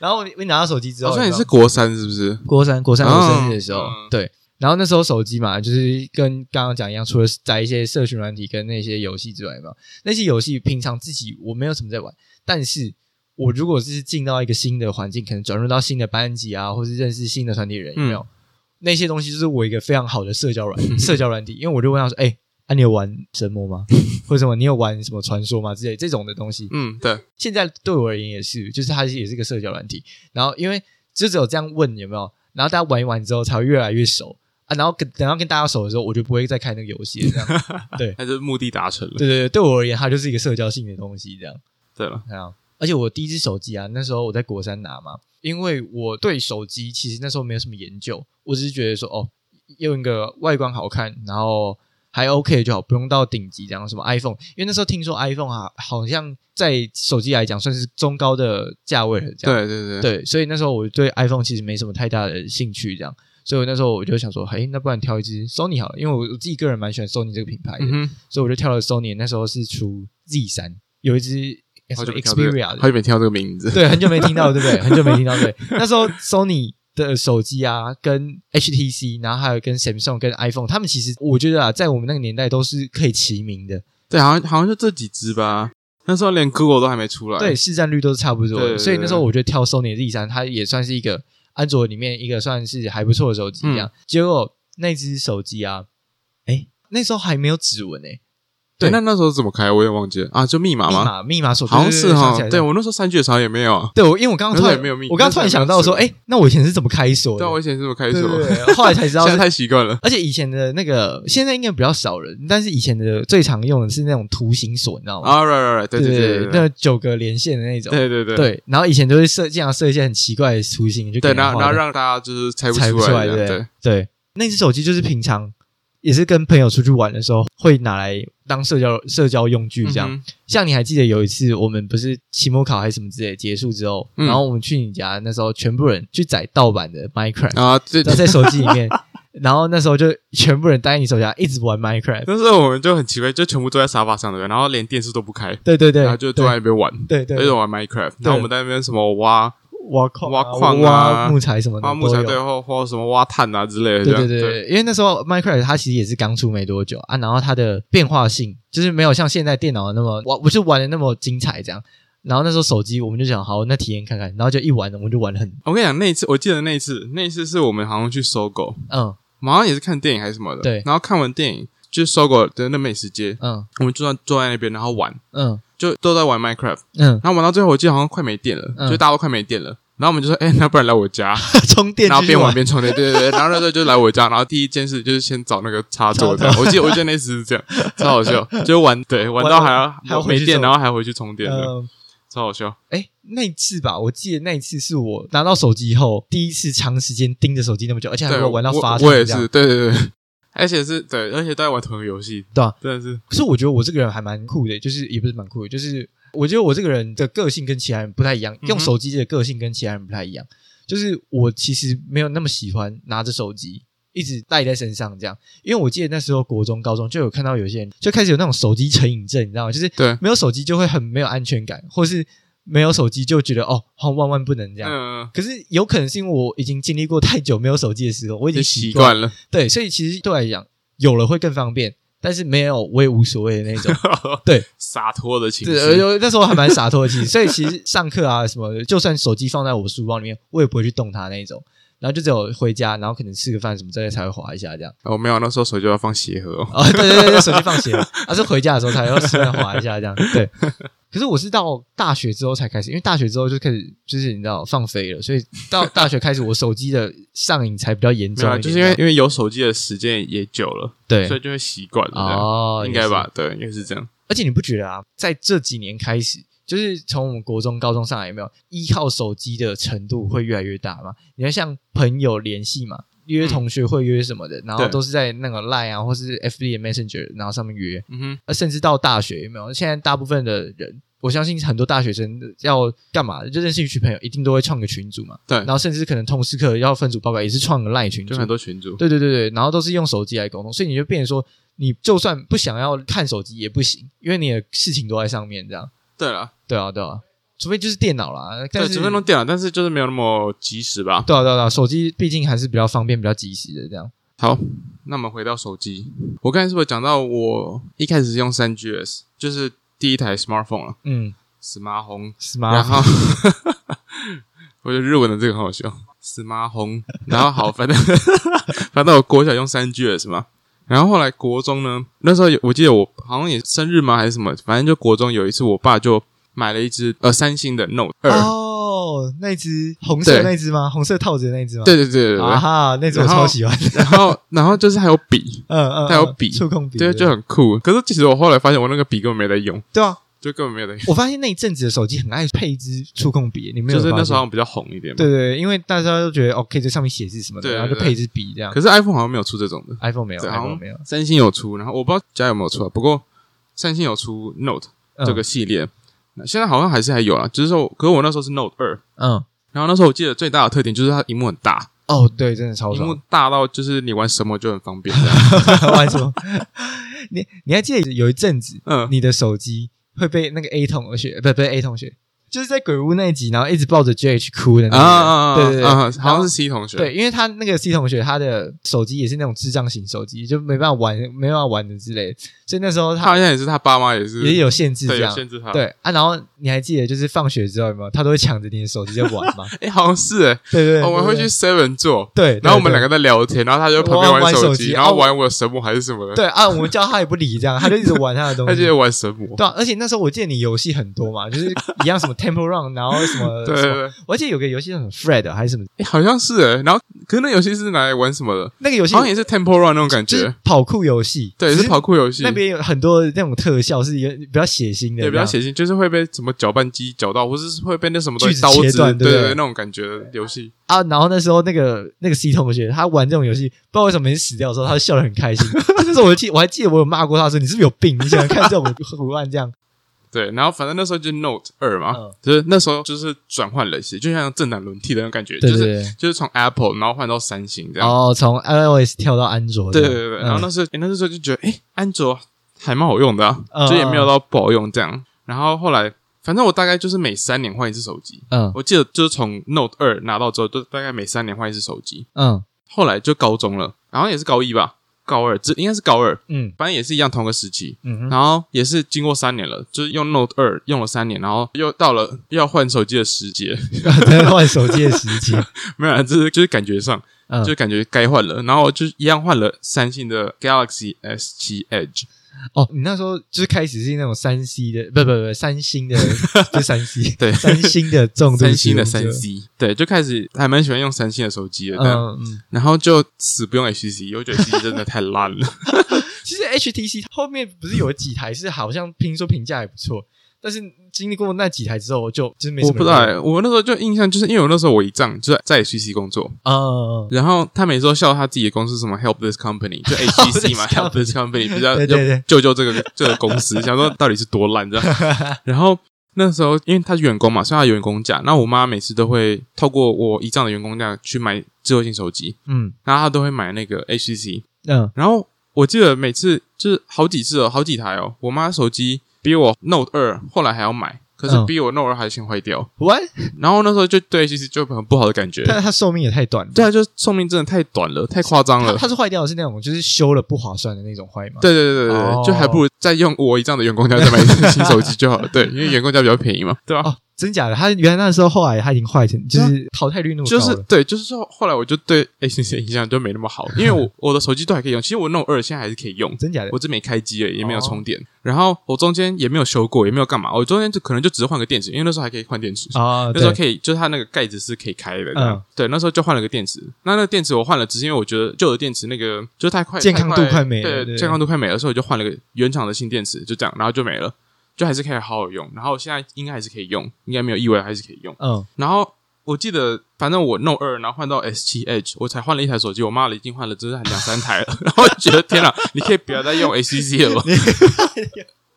然后我拿到手机之后，
好像
你
也
知道
是国三，是不是？
国三国三
哦
我生日的时候，
嗯
对。然后那时候手机嘛，就是跟刚刚讲一样，除了在一些社群软体跟那些游戏之外嘛，那些游戏平常自己我没有什么在玩，但是我如果是进到一个新的环境，可能转入到新的班级啊，或是认识新的团体人，有没有？那些东西就是我一个非常好的社交软社交软体，因为我就问他说：“哎、啊，你有玩神魔吗？或者什么？你有玩什么传说吗？之类这种的东西。”
嗯，对，
现在对我而言也是，就是它也是个社交软体。然后因为就只有这样问有没有，然后大家玩一玩之后才会越来越熟啊。然后跟等到跟大家熟的时候，我就不会再开那个游戏了。这样，
那就是目的达成了。
对对对，对我而言它就是一个社交性的东西，这样
对了，
对啊。而且我第一只手机啊，那时候我在国三拿嘛，因为我对手机其实那时候没有什么研究，我只是觉得说哦，用一个外观好看，然后还 OK 就好，不用到顶级这样。什么 iPhone，因为那时候听说 iPhone 啊，好像在手机来讲算是中高的价位了，这样。
对对对
对，所以那时候我对 iPhone 其实没什么太大的兴趣，这样，所以我那时候我就想说，哎，那不然挑一支 Sony 好了，因为我我自己个人蛮喜欢 Sony 这个品牌的，
嗯
所以我就挑了 Sony。那时候是出 Z 三，有一支
哼，好
什
久
么
没挑这个，
Xperia
好
的，
久没挑这个名字。
对，很久没听到，对不对？很久没听到，对。那时候 Sony 的手机啊，跟 HTC，然后还有跟 Samsung、跟 iPhone，他们其实我觉得啊，在我们那个年代都是可以齐名的，
对，好像好像就这几只吧。那时候连 Google 都还没出来。
对，，市占率都是差不多
对对
的。
对
所以那时候我觉得挑 Sony 的 Z 三，它也算是一个安卓里面一个算是还不错的手机
嗯
一样。结果那只手机啊，哎，那时候还没有指纹诶，对
对，那那时候怎么开我也忘记了啊，就密码
密
吗？
码密码锁
好像是哈
想起来，了
对我那时候三 G 的时候也没有啊。
对，我因为我刚刚突
那时候
然
也没有密
我刚刚突然想到说，
那时候也没有
哎，那我以前是怎么开锁的
对啊，？我以前是这么开
对
锁，
对
现
对，后来才知道
在
是。
太习惯了。
而且以前的那个，现在应该比较少人，但是以前的最常用的是那种图形锁，你知道吗？
啊，right right，right，对
哦对
对对
那九个连线的那种。
对对对对
对，然后以前都会设，经常设一些很奇怪的图形，就给
对，
人家
然后
画
然后
的
让大家就是猜不
猜不
出
出
来
来，
这
对
样，
对
对，
对。那只手机就是平常也是跟朋友出去玩的时候会拿来当社交社交用具这样。
嗯哼
像你还记得有一次我们不是期末考还是什么之类结束之后，
嗯
然后我们去你家，那时候全部人去载盗版的 Minecraft，、
啊，对
然后在手机里面。 然后那时候就全部人待在你手下，一直玩 Minecraft。
但是我们就很奇怪，就全部坐在沙发上的，然后连电视都不开，
对对对，
然后哎就坐在那边玩，
对对
一
对
直玩 Minecraft。然后我们在那边什么挖
挖矿啊、
挖矿啊
挖木材什么的
挖
都有，
木材，对，或或什么挖碳啊之类的，这
对
样
对对对，因为那时候 Minecraft 它其实也是刚出没多久啊，然后它的变化性就是没有像现在电脑那么玩，不是玩的那么精彩这样。然后那时候手机我们就想好，那体验看看，然后就一玩我们就玩得很
我跟你讲，那一次我记得那一次，那一次是我们好像去搜狗，
嗯
马上也是看电影还是什么的，
对
然后看完电影，就是搜狗的那美食街，
嗯
我们就坐坐在那边，然后玩，
嗯
就都在玩 Minecraft，
嗯，
然后玩到最后，我记得好像快没电了，
嗯
就大家都快没电了。然后我们就说，哎、那不然来我家，
充电
然后
继续
边玩
玩
边充电，对对对。然后那时候就来我家，然后第一件事就是先找那个插座
插
的。我记得我记得那次是这样，超好笑，就玩对玩到还要
还要回
没
去
电，
充
然后还回去充电的，
嗯，
超好笑。
哎，那一次吧，我记得那一次是我拿到手机以后第一次长时间盯着手机那么久，而且还
对，
没有玩到发
我，我也
烫这样
是，对对对，而且是对，而且都在玩同一个游戏，
对啊，
真的是
可是我觉得我这个人还蛮酷的，就是也不是蛮酷的，就是我觉得我这个人的个性跟其他人不太一样，
嗯哼
用手机的个性跟其他人不太一样。就是我其实没有那么喜欢拿着手机一直带在身上这样，因为我记得那时候国中、高中就有看到有些人就开始有那种手机成瘾症，你知道吗？就是
对，
没有手机就会很没有安全感，或是没有手机就觉得哦，好万万不能这样。
嗯，
可是有可能是因为我已经经历过太久没有手机的时候，我已
就
经
习
惯了
惯了。
对，所以其实对我来讲，有了会更方便，但是没有我也无所谓的那种。 对，
洒脱的情
对，呃
绪，
有那时候还蛮洒脱的，其实。所以其实上课啊什么的，就算手机放在我书包里面，我也不会去动它那一种。然后就只有回家，然后可能吃个饭什么之类才会划一下这样。
我哦没有，啊那时候手机要放鞋盒哦，
哦，对对对，对手机放鞋了，啊而、是回家的时候才要吃饭划一下这样。对。可是我是到大学之后才开始，因为大学之后就开始就是你知道放飞了，所以到大学开始我手机的上瘾才比较严
没
重
有啊，
一点
就是因为因为有手机的时间也久了，
对
所以就会习惯了，
哦，
这样应
也
该
是
吧？对，应该是这样。
而且你不觉得啊，在这几年开始，就是从我们国中、高中上来，有没有依靠手机的程度会越来越大嘛？你看，像朋友联系嘛，约同学会约什么的，然后
对
都是在那个 Line 啊，或是 FB 的 Messenger，然后上面约，
嗯哼，
呃甚至到大学有没有？现在大部分的人。我相信很多大学生要干嘛，就认识一群朋友，一定都会创个群组嘛。
对
然后甚至可能通识课要分组报告，也是创个赖群组，
就很多群主，
对对对对，然后都是用手机来沟通，所以你就变成说，你就算不想要看手机也不行，因为你的事情都在上面，这样。
对了，
对啊，对啊，除非就是电脑啦，但
对，
是
除非弄电脑，但是就是没有那么及时吧。
对啊对啊对啊，手机毕竟还是比较方便、比较及时的这样。
好，那我们回到手机，我刚才是不是讲到我一开始是用三 GS，就是第一台 smartphone 了，
嗯
s m a r t p h o n e
，smart，
然后 我觉得日文的这个很好笑，smart home。然后好，反正 反正我国小用三 G 了是吗？然后后来国中呢，那时候有我记得我好像也生日吗还是什么，反正就国中有一次，我爸就买了一只呃三星的 Note 二、
哦，那只红色
对
那只吗？红色套子的那只吗？
对对对对对对。
啊哈，那只我
然后
超喜欢。
然 后然后就是还有笔，
嗯嗯，
还有
嗯
笔
触控笔，
对，就很酷。可是其实我后来发现我那个笔根本没在用，
对啊。
就根本没有在用，
我发现那一阵子的手机很爱配一支触控笔，你没有
就是
发
那时候好
现。
像比较红一点嘛。
对对，对因为大家都觉得哦，可以在上面写字什么的，
对
然后就
对对
配一支笔这样。
可是 iPhone 好像没有出这种的。
iPhone 没有
对好
，iPhone
像
没有。
三星有出，然后我不知道家有没有出啊。不过三星有出 Note
嗯
这个系列，那现在好像还是还有啦。啊只是说，可是我那时候是 Note 二，
嗯，
然后那时候我记得最大的特点就是它荧幕很大，
哦，对，真的超
荧幕
爽。
大到就是你玩什么就很方便 这样。
玩什么？你你还记得有一阵子，
嗯，
你的手机会被那个 A 同学，不不是 A 同学，就是在鬼屋那一集，然后一直抱着 JH 哭的那
啊
个人。对
啊，
对对，
啊好像
然
是
后
C 同学，
对，因为他那个 C 同学，他的手机也是那种智障型手机，就没办法玩，没办法玩的之类的，所以那时候
他
他
好像也是他爸妈也是
也有限制这
对有
样。
限制他。，
对啊，然后你还记得就是放学之后有没有，他都会抢着你的手机在玩 吗？
哎，好像是哎，
对对，
哦我们会去
对
Seven 做。
对，对
然后我们
对
两个在聊天，然后他就在旁
我要
边
玩手
手
机
机，然后
啊我
玩我的神魔还是什 么的，
对啊，我们叫他也不理，这样他就一直玩他的东
他
西。
就在玩神魔，
对啊、而且那时候我记得你游戏很多嘛，就是一样什么 Temple Run，然后什么
对对
什么，
对。
我记得有个游戏叫什么 Fred 啊还是什么，
欸好像是哎、然后可是那游戏是拿来玩什么的？
那个游戏
好像也是 Temple Run 那种感
就
觉，
是跑酷游戏，
对，
只
是跑酷游戏，
那边有很多那种特效是有比较血腥的，
对
这
比较
样
血腥，就是会被什么搅拌机搅到，或者是会被那什么东
锯
西
子
刀
切
子，
断对
对
不对
那种感觉的游戏。
啊。然后那时候那个那个 C 同学他玩这种游戏，不知道为什么每次死掉的时候，他 笑得很开心。那时候我记我还记得我有骂过他说你是不是有病，你喜欢看这种胡乱这样。
对，然后反正那时候就是 Note 二嘛，
嗯
就是那时候就是转换了一些，就像政党轮替的那种感觉，
对对
就
对
是就是从 Apple 然后换到三星这样。
哦，从 iOS 跳到安卓的，
对对对对，然后那时候、诶那时候就觉得，哎、安卓还蛮好用的、啊，
嗯
就也没有到不好用这样。然后后来，反正我大概就是每三年换一次手机，
嗯
我记得就是从 Note 二拿到之后，就大概每三年换一次手机。
嗯
后来就高中了，然后也是高一吧，高二，这应该是高二，
嗯
反正也是一样同个时期。
嗯哼
然后也是经过三年了，就是用 Note 二用了三年，然后又到了要换手机的时节，
在换手机的时期，
没有啦，就是就是感觉上
嗯
就感觉该换了，然后就一样换了三星的 Galaxy S 7 Edge，
哦，你那时候就是开始是那种三 C 的，不不不，三星 的，就三 C，
对
三星的重度
三星的
使
三
用者
C，对，就开始还蛮喜欢用三星的手机的，但
嗯嗯，
然后就死不用 HTC，我觉得 HTC 真的太烂了，
其实 HTC 后面不是有几台是好像听说评价也不错，但是经历过那几台之后，我就就是 没什
我
么
不知道、欸，我那时候就印象就是因为我那时候我一丈就在在 HTC 工作，
啊，
然后他每次都笑他自己的公司什么 help this company，就 HTC 嘛
Help
help
this
this company 比较
对对对
要救救这个这个公 司，想说到底是多烂这样。然后那时候因为他是员工嘛，所以他有员工价。那我妈每次都会透过我一丈的员工价去买智慧型手机，
嗯
然后她都会买那个 HTC。
嗯
然后我记得每次就是好几次哦，好几台哦，我妈手机比我 Note 二后来还要买，可是
嗯
比我 Note 二还先坏掉。
，what？
然后那时候就对 HTC 就很不好的感觉。
但是它寿命也太短了。
对啊，就寿命真的太短了，太夸张
它
了。
它是坏掉的是那种就是修了不划算的那种坏吗？，
对对对对对，
哦
就还不如再用我一丈的员工价再买一只新手机就好 了。对，因为员工价比较便宜嘛。对啊，
哦，真假的？它原来那时候后来它已经坏成，就是淘汰率那么高
就
了，
是对，就是说后来我就对哎 HTC 的印象就没那么好，因为我 我的手机都还可以用，其实我 Note 二现在还是可以用，
真假的
我只没开机而已，也没有
哦
充电，然后我中间也没有修过，也没有干嘛，我中间就可能就只是换个电池，因为那时候还可以换电池。
啊，
那时候
对
可以，就是它那个盖子是可以开的，
嗯
对，那时候就换了个电池。那那个电池我换了，只是因为我觉得旧的电池那个就是太快，
健康度
太
快没了
对，
对
健康度快没了，所以我就换了个原厂的新电池，就这样，然后就没了，就还是可以好好用。然后现在应该还是可以用，应该没有意外还是可以用。
嗯
然后我记得，反正我 Note 二，然后换到 S 7 Edge，我才换了一台手机，我妈已经换了，就是两三台了。 然后我就觉得天哪，你可以不要再用 HTC 了吗？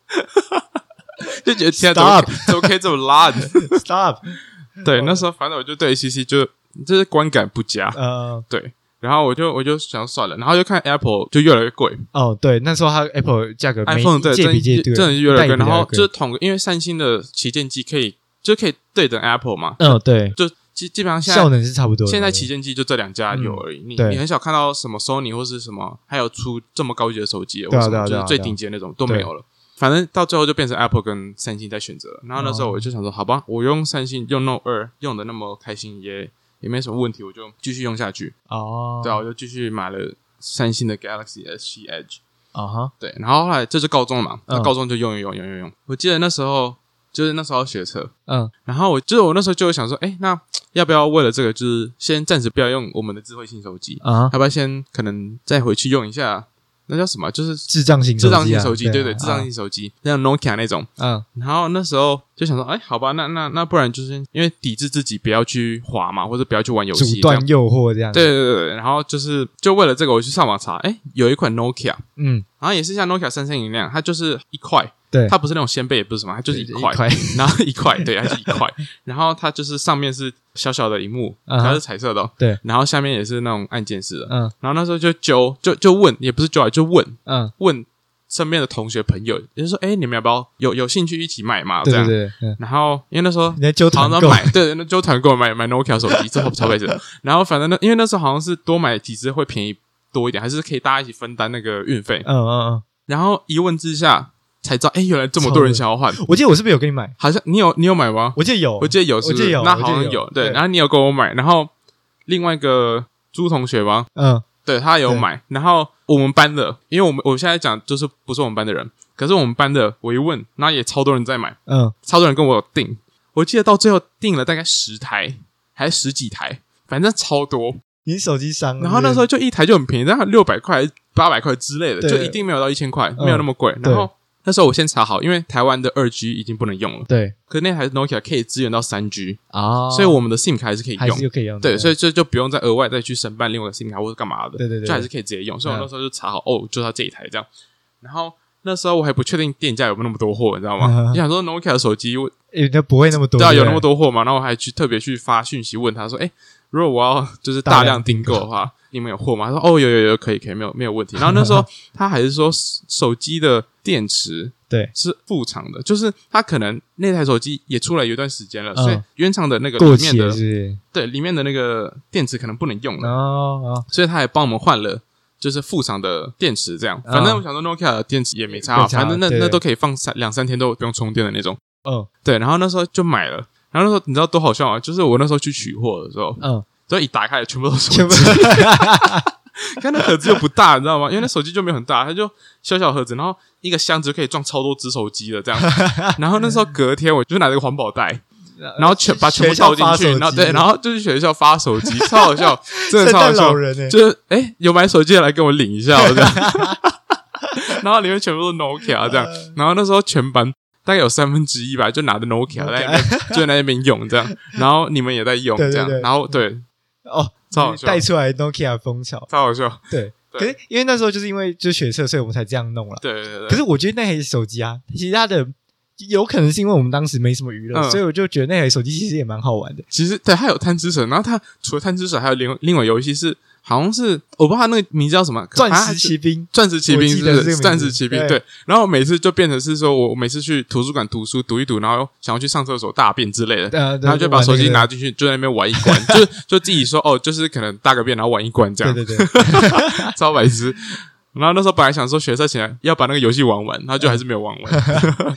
就觉得天哪，
Stop
怎么可以怎么可以这么烂？
，stop，哦
对，那时候反正我就对 HTC 就就是观感不佳，
呃，
对。然后我就我就想算了，然后就看 Apple 就越来越贵
哦，对，那时候它 Apple 价格没
，iPhone 对
借
真
比借对，
真的越来越
代
贵，
比
然后
越
就是
来越贵
统因为三星的旗舰机可以就可以对等 Apple 嘛，
嗯对，
就基基本上现在
效能是差不多的。
现在
对嗯
旗舰机就这两家有而已，你
对
你很少看到什么 Sony 或是什么，还有出这么高级的手机，
对啊
或什
对啊
么就
对啊
是最顶级的那种都
对
没有了。反正到最后就变成 Apple 跟三星在选择了。然后那时
哦
候我就想说，好吧，我用三星用 Note 二用的那么开心，也也没什么问题，我就继续用下去。
哦，
对啊，我就继续买了三星的 Galaxy S 7 Edge。
啊哈，
对，然后后来这就高中了嘛，那
嗯
高中就用用用用用用。我记得那时候就是那时候学车，
嗯
然后我就是我那时候就有想说，哎，那要不要为了这个，就是先暂时不要用我们的智慧型手机，
啊哈，
要不要先可能再回去用一下？那叫什么啊？就是
智障型
智障
机
型
啊
手机，对对，
啊
智障型手机，像 Nokia 那种。
嗯
然后那时候就想说，哎，好吧，那那那不然就是因为抵制自己不要去滑嘛，或者不要去玩游
阻
戏这样
断。诱惑这样，
对，对对对，然后就是就为了这个，我去上网查，哎，有一款 Nokia，
嗯
然后也是像 Nokia 三三零那样，它就是一块，
对，
它不是那种掀背，也不是什么，它就是一块。然后一块，对，还是一块。然后它就是上面是小小的荧幕，
嗯哼
它是彩色的哦、
对
然后下面也是那种按键式的。
嗯
然后那时候就揪，就就问，也不是揪啊，就问
嗯，
问身边的同学朋友，也就是说，哎，你们要不要有有兴趣一起买嘛？
对
这
对
样。
对，嗯
然后因为那时候
你在揪团
好像
购
买，对，那揪团购买买 Nokia 手机，这超超白痴的。然后反正呢，因为那时候好像是多买几只会便宜多一点，还是可以大家一起分担那个运费。
嗯嗯
然后一问之下才知道，哎，原来这么多人想要换。
嗯，我记得我是不是有给你买？
好像你有你有买吗？
我记得有，
我记得有，是不
我记
是
得有
那
我记
好
得
像
有
有，对。
对
然后你有给我买，然后另外一个朱同学吗？
嗯
对他有
对
买，然后我们班的，因为我们我现在讲就是不是我们班的人，可是我们班的，我一问，那也超多人在买，
嗯，
超多人跟我订，我记得到最后订了大概十台，还十几台，反正超多。
你是手机商，
然后那时候就一台就很便宜，大概六百块、八百块之类的，
对
就一定没有到一千块，
嗯
没有那么贵。
对
然后那时候我先查好，因为台湾的二 G 已经不能用了，
对
可是那台 Nokia 可以支援到三 G，
啊，
所以我们的 SIM 卡还是可以
还
用
是。又可以用的，
对，所以就就不用再额外再去申办另外一个 SIM 卡或者干嘛的，
对对对嗯
就还是可以直接用。所以我那时候就查好，哦，就是它这一台这样。然后那那时候我还不确定店家有没有那么多货，你知道吗？
嗯
你想说 Nokia 的手机我
诶那不会那么多，
对啊，有
不
那么多货嘛？然后我还去特别去发讯息问他说：“哎、如果我要就是
大
大
量
量订购的话，你们有货吗？”他说：“哦，有有有，可以可以，没有没有问题。”然后那时候他还是说手机的电池
对
是副厂的，就是他可能那台手机也出来有一段时间了，
嗯
所以原厂的那个
过
里面
期了
的嗯
是不是？
对里面的那个电池可能不能用了，
哦，
所以他也帮我们换了。就是副厂的电池这样，
嗯
反正我想说 Nokia 的电池也没差啊、
没差
反正那
对
那都可以放三两三天都不用充电的那种。
哦
对，然后那时候就买了。然后那时候你知道多好笑吗？啊就是我那时候去取货的时候，
嗯嗯，
只要一打开，全部都是
全
手
部
机。看 那盒子又不大，你知道吗？因为那手机就没有很大，它就小小盒子，然后一个箱子就可以装超多只手机的这样。然后那时候隔天我就拿这个环保袋，
呃
然后全把全部倒进去，然后对，然后就去学校发手机，超好笑，真
圣
的超好
诞
笑
老。人欸呢，
就是哎、诶有买手机的来跟我领一下，哦我这样。 然后里面全部都是 Nokia 这样，
呃
然后那时候全班大概有三分之一吧，就拿着 Nokia 在那边就在那边用这样，然后你们也在用
对对
这样
对，
然后对，
哦，
超好笑
带出来 Nokia 风潮，
超好笑，
对。
对
可是因为那时候就是因为就学车，所以我们才这样弄了。
对对对
可
对，
是我觉得那台手机啊，其实它的有可能是因为我们当时没什么娱乐，
嗯
所以我就觉得那台手机其实也蛮好玩的。
其实对，它有贪吃蛇，然后它除了贪吃蛇，还有另另外游戏是好像是我不知道它那个名字叫什么，可
钻
反正
石
它是
骑兵，
钻石骑兵是
我记得是这
不
个名
是
字
钻石骑兵
对
对，然后每次就变成是说我我每次去图书馆读书读一读，然后想要去上厕所大便之类的，
呃，对
然后就把手机拿，
对
进去，就在那边玩一关， 就就自己说哦，就是可能大个便，然后玩一关这
对
样，
对对对，
超白痴。然后那时候本来想说学车前要把那个游戏玩完，然后就还是没有玩 完。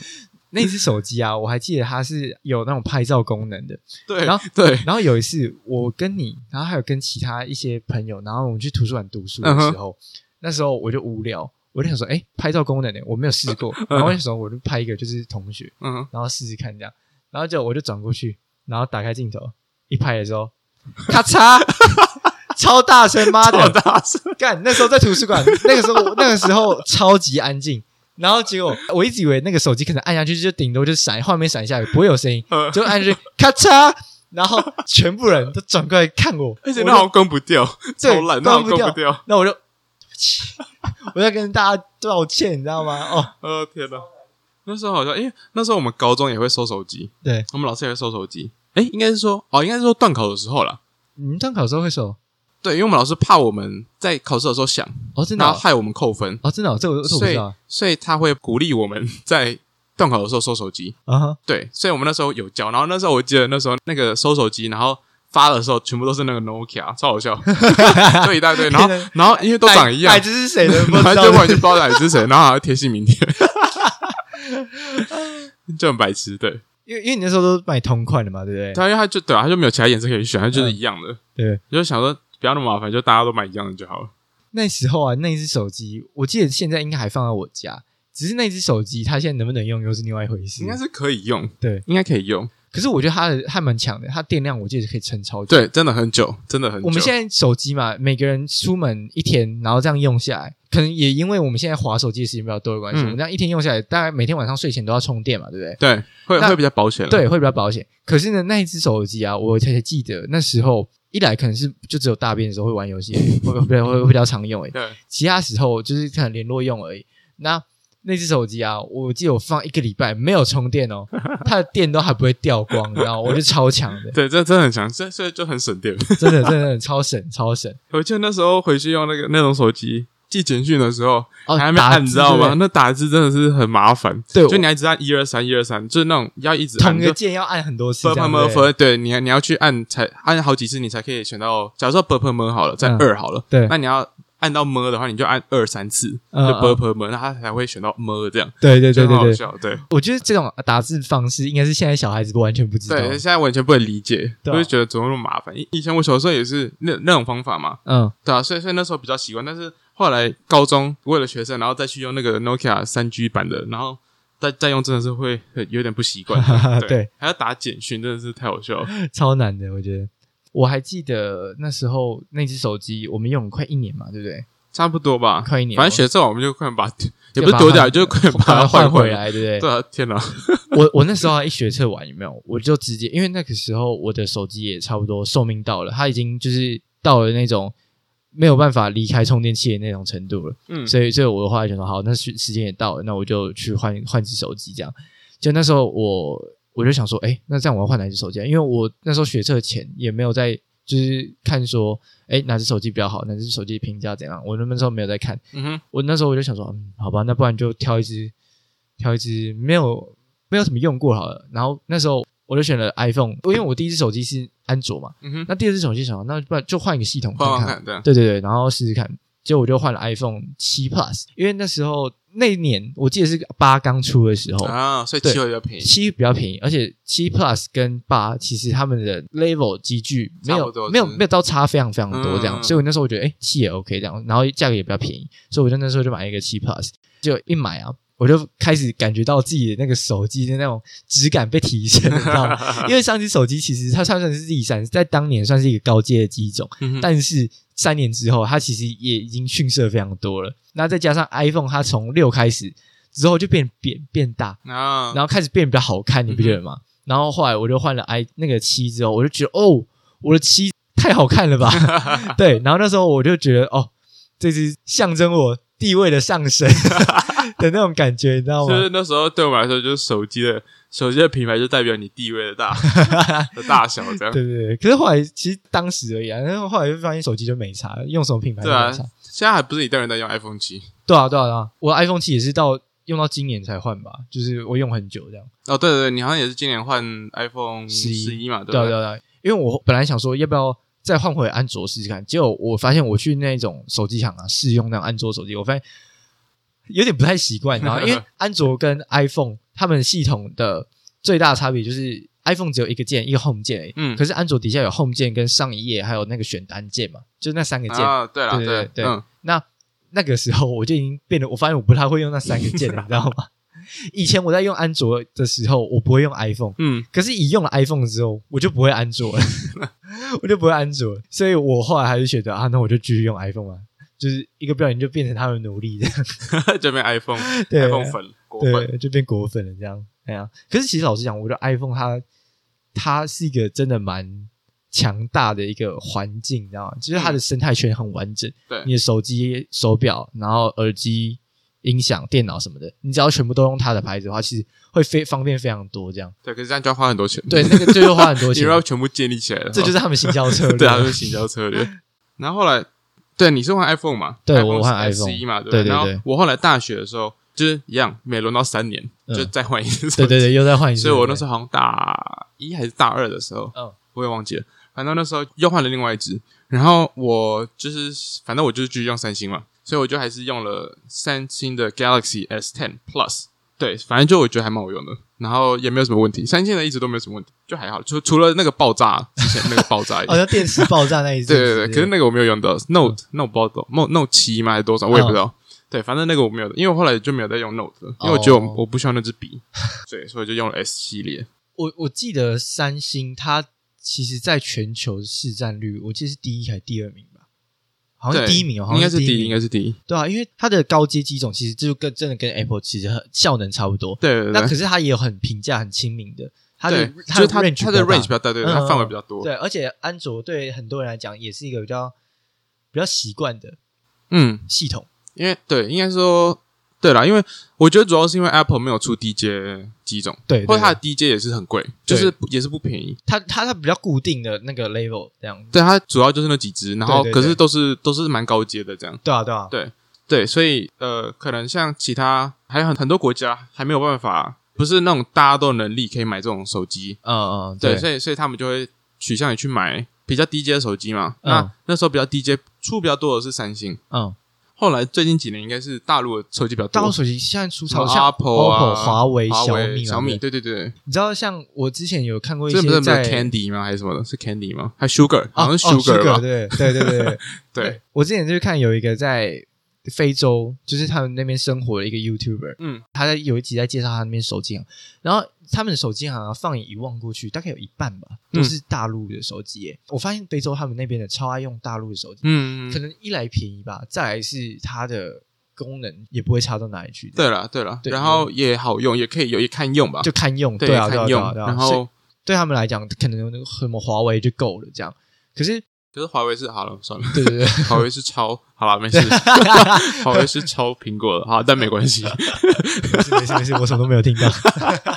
那只手机啊，我还记得它是有那种拍照功能的。
对，
然后
对，
然后有一次，我跟你，然后还有跟其他一些朋友，然后我们去图书馆读书的
嗯哼
时候，那时候我就无聊，我就想说，哎，拍照功能呢，我没有试 过，然后我就想说，我就拍一个就是同学，
嗯，
然后试试看这样，然后就我就转过去，然后打开镜头一拍的时候，咔 嚓，超大声，妈
好
的，
大声，
干！那时候在图书馆，那个时候那个时候超级安静，然后结果我一直以为那个手机可能按下去就顶多就闪，画面闪一下也不会有声音，
嗯
就按下去咔嚓，然后全部人都转过来看我，
而且
我
那
就
好像关不掉，
对
超烂，那好
关
像
不
关
掉
不，掉。
那我就。对不起我在跟大家道歉，你知道吗？哦，
呃，天哪！那时候好像，因为那时候我们高中也会收手机，
对，
我们老师也会收手机。哎，应该是说，哦，应该是说断考的时候啦。
你们段考的时候会手
对，因为我们老师怕我们在考试的时候想，
哦，真的
然后
哦
害我们扣分，
哦，真的哦，这我这我不
所
知
以
道啊
所以他会鼓励我们在断考的时候收手机。
啊哈。
对，所以我们那时候有教，然后那时候我记得那时候那个收手机，然后发的时候全部都是那个 Nokia，超好笑， 就一大堆，然后然后因为都长一样
奶，子是谁 的？不
然后
知道
就完全不知道哪里是谁，然后还要贴姓名贴， 就很白痴，对，
因为因为你那时候都买同款的嘛，对不对？
他因为他就对、啊，他就没有其他颜色可以选，他就是一样的，
嗯对，
你就想说不要那么麻烦，就大家都买一样的就好了。
那时候啊，那只手机，我记得现在应该还放在我家，只是那只手机它现在能不能用又是另外一回事
应。该是可以用，
嗯对，
应该可以用，
可是我觉得它的还蛮强的，它电量我记得可以撑超久。
对，真的很久，真的很久。
我们现在手机嘛，每个人出门一天，然后这样用下来，可能也因为我们现在划手机的时间比较多的关系，
嗯
我们这样一天用下来，大概每天晚上睡前都要充电嘛，对不对？
对啊会
那
会比较保险了，
对，会比较保险。可是呢，那一只手机啊，我才记得那时候一来可能是就只有大便的时候会玩游戏，会会会会比较常用诶、
对，
其他时候就是可能联络用而已。那那只手机啊，我记得我放一个礼拜没有充电哦，它的电都还不会掉光，你知道吗？我就超强的，
对，这真的很强，所以所以就很省电。
真的真的超省超省
我记得那时候回去用那个那种手机寄简讯的时候，
哦，
还没
打
按，
字
你知道吗？
对不
那打字真的是很麻烦，
对
就
我
你还只按一二三一二三，就是那种要一直
对？
按
同一个
就。
键要按很多次，这
b u
样
m
对不对
e 对，你你要去按才按好几次，你才可以选到。假如说 b u p m 好了，在
嗯
二好了，
对
那你要按到 m 的话，你就按二三次，就
嗯
b u p m 那它才会选到 m 这样，
对对
就
对
很好
对对，
笑。对
我觉得这种打字方式应该是现在小孩子完全不知道。
对，现在完全不能理解，我
对啊
就觉得怎么那么麻烦。以以前我小时候也是那那种方法嘛，
嗯，
对啊，所以所以那时候比较习惯，但是后来高中为了学生，然后再去用那个 Nokia 三 G 版的，然后再再用真的是会呃有点不习 惯，对，
对
还要打简讯，真的是太好笑了。
超难的，我觉得。我还记得那时候那只手机，我们用了快一年嘛，对不对？
差不 多吧，
快一年哦
反正学这种我们就快 点把也不是丢掉，就快点把它
换
回
回。来，对不对？
对啊，天哪，
我我那时候啊一学测完有没有，我就直接，因为那个时候我的手机也差不多寿命到了，它已经就是到了那种没有办法离开充电器的那种程度了。
嗯
所以，所以我的话就想说，好，那时时间也到了，那我就去换换只手机这样。就那时候我我就想说，哎、那这样我要换哪只手机、啊？因为我那时候学测前也没有在就是看说，哎、哪只手机比较好，哪只手机评价怎样？我那时候没有在看，
嗯哼，
我那时候我就想说，嗯，好吧，那不然就挑一只挑一只没有没有什么用过好了。然后那时候我就选了 iPhone，因为我第一只手机是安卓嘛，
嗯哼，
那第二只手机想说，那不然就换一个系统看
换换
看。
看，对啊，
对对对，然后试试看。结果我就换了 iPhone 七 Plus，因为那时候那一年我记得是八刚出的时候，
啊，所以
对
七会比较便宜，
七比较便宜，而且七 Plus 跟八其实他们的 level 集聚没
差不
有
多
没有
是
没有到差非常非常多这样，
嗯
所以我那时候我觉得哎七也 OK 这样，然后价格也比较便宜，所以我就那时候就买一个七 Plus，就一买啊。我就开始感觉到自己的那个手机的那种质感被提升，你知道 吗？因为上一只手机其实它算算是 Z 三，在当年算是一个高阶的机种，
嗯哼
但是三年之后，它其实也已经逊色非常多了。那再加上 iPhone，它从六开始之后就变扁变大，
啊，
然后开始变得比较好看，你不觉得
嗯
吗？然后后来我就换了 i 那个七之后，我就觉得哦，我的七太好看了 吧？对，然后那时候我就觉得哦，这是象征我地位的上 升的那种感觉，你知道
就
吗？
是那时候对我们来说，就是手机的手机的品牌就代表你地位 的大的大小这样。
对对对，可是后来其实当时而已啊，然后后来就发现手机就没差，用什么品牌都
对啊
没差。，
现在还不是一代人在用 iPhone 七
对啊，对啊，对啊，我 iPhone 七也是到用到今年才换吧，就是我用很久这样。
哦，对对对，你好像也是今年换 iPhone
11
十一嘛，对不
对啊，对
对？
啊，对啊，因为我本来想说要不要再换回安卓试试看，结果我发现我去那种手机行啊试用那种安卓手机，我发现有点不太习惯，然后 因为安卓跟 iPhone 他们系统的最大差别就是 iPhone 只有一个键，一个 Home 键而已，
嗯
可是安卓底下有 Home 键跟上一页还有那个选单键嘛，就那三个键，
啊，对了，
对对对
嗯，
那那个时候我就已经变得，我发现我不太会用那三个键了，你知道吗？以前我在用安卓的时候，我不会用 iPhone，
嗯，
可是，一用了 iPhone 之后，我就不会安卓了， 我就不会安卓了，所以我后来还是选择啊，那我就继续用 iPhone 啊，就是一个不小心就变成他们的奴隶这样，
这边 iPhone，iPhone
对
粉果粉，
对，就变果粉了这样，哎呀、可是其实老实讲，我觉得 iPhone 它它是一个真的蛮强大的一个环境，你知道吗？就是它的生态圈很完整，
嗯对
你的手机、手表，然后耳机、音响、电脑什么的，你只要全部都用它的牌子的话，其实会非方便非常多这样。
对，可是这样就要花很多钱，
对，，那个就会花很多
你
钱
如，果全部建立起来的话，
这就是他们行销策略。
对啊，就是行销策略。 然后后来，对，你是换 iPhone 嘛？
对
iPhone
我换
十一嘛，对不
对对
然后
对
我后来大学的时候，就是一样，每轮到三年
嗯
就再换一次。
对对对，。又再换一次。
所以我那时候好像大一还是大二的时候，
嗯
我也忘记了。反正那时候又换了另外一只，然后我就是反正我就是继续用三星嘛，所以我就还是用了三星的 Galaxy S10 Plus。对，反正就我觉得还蛮好用的，然后也没有什么问题。三星的一直都没有什么问题，就还好，除除了那个爆炸之前那个爆炸以外，
好像哦电池爆炸那一次。
对对对，可是那个我没有用
嗯
到 Note Note 不知道 Note Note 七吗还是多少，我也不知道。对，反正那个我没有，因为我后来就没有再用 Note 了，因为我觉得
哦
我我不需要那支笔，对，所以我就用了 S 系列。
我我记得三星它其实在全球市占率，我记得是第一还是第二名吧？好像
对，
是第一名哦，好
应该
像
是
第
第
一
一，
名
应该是第一。
对啊，因为它的高阶机种其实就跟真的跟 Apple 其实很效能差不多。
对对
那
对
可是它也有很平价、很亲民的，它的
对，就是它
range
它的
比
range 比
较
较大，对，对
嗯
它范围
嗯
比较
大
多。
对，而且安卓对很多人来讲也是一个比较比较习惯的
嗯，
系统。
因为对，应该说对啦，因为我觉得主要是因为 Apple 没有出低阶机种，
对，对
或者它
对
的低阶也是很贵，就是不也是不便宜。
它它它比较固定的那个 level 这样子。
对，它主要就是那几只，然后
对对
可
对
是都是都是蛮高阶的这样。
对啊，对啊，
对，所以呃，可能像其他还有很很多国家还没有办法，不是那种大家都有能力可以买这种手机，
嗯嗯，
对，所以所以他们就会取向于去买比较低阶的手机嘛。
嗯
那那时候比较低阶出比较多的是三星，
嗯，
后来最近几年应该是大陆的手机比较
大
多
陆，手机现在出
什么
超像
Apple 啊、
华为、
华
小米、
小米，，对对对，
你知道像我之前有看过一
这不
些
是不是
在
Candy 吗？还是什么的？是 Candy 吗？还 Sugar，
啊
好像是
哦
Sugar 吧？
对对对对对
对，，
我之前就看有一个在非洲，就是他们那边生活的一个 YouTuber，
嗯，
他在有一集在介绍他那边手机行，然后他们的手机行啊，放眼一望过去，大概有一半吧
嗯
都是大陆的手机耶。我发现非洲他们那边的超爱用大陆的手机，
嗯，
可能一来便宜吧，再来是它的功能也不会差到哪里去，
对了对了，
对
然后也好用，也可以有也堪用吧？
就堪用，
对，
对啊，对啊
堪
对啊
用。
对啊
然
所以
后
对他们来讲，可能有那个什么华为就够了这样。可是呃
可是华为是好了，算了，
对对对，
华为是超好了，没事，华为是超苹果的，好，但没 关系，
没事没事没事，我什么都没有听到。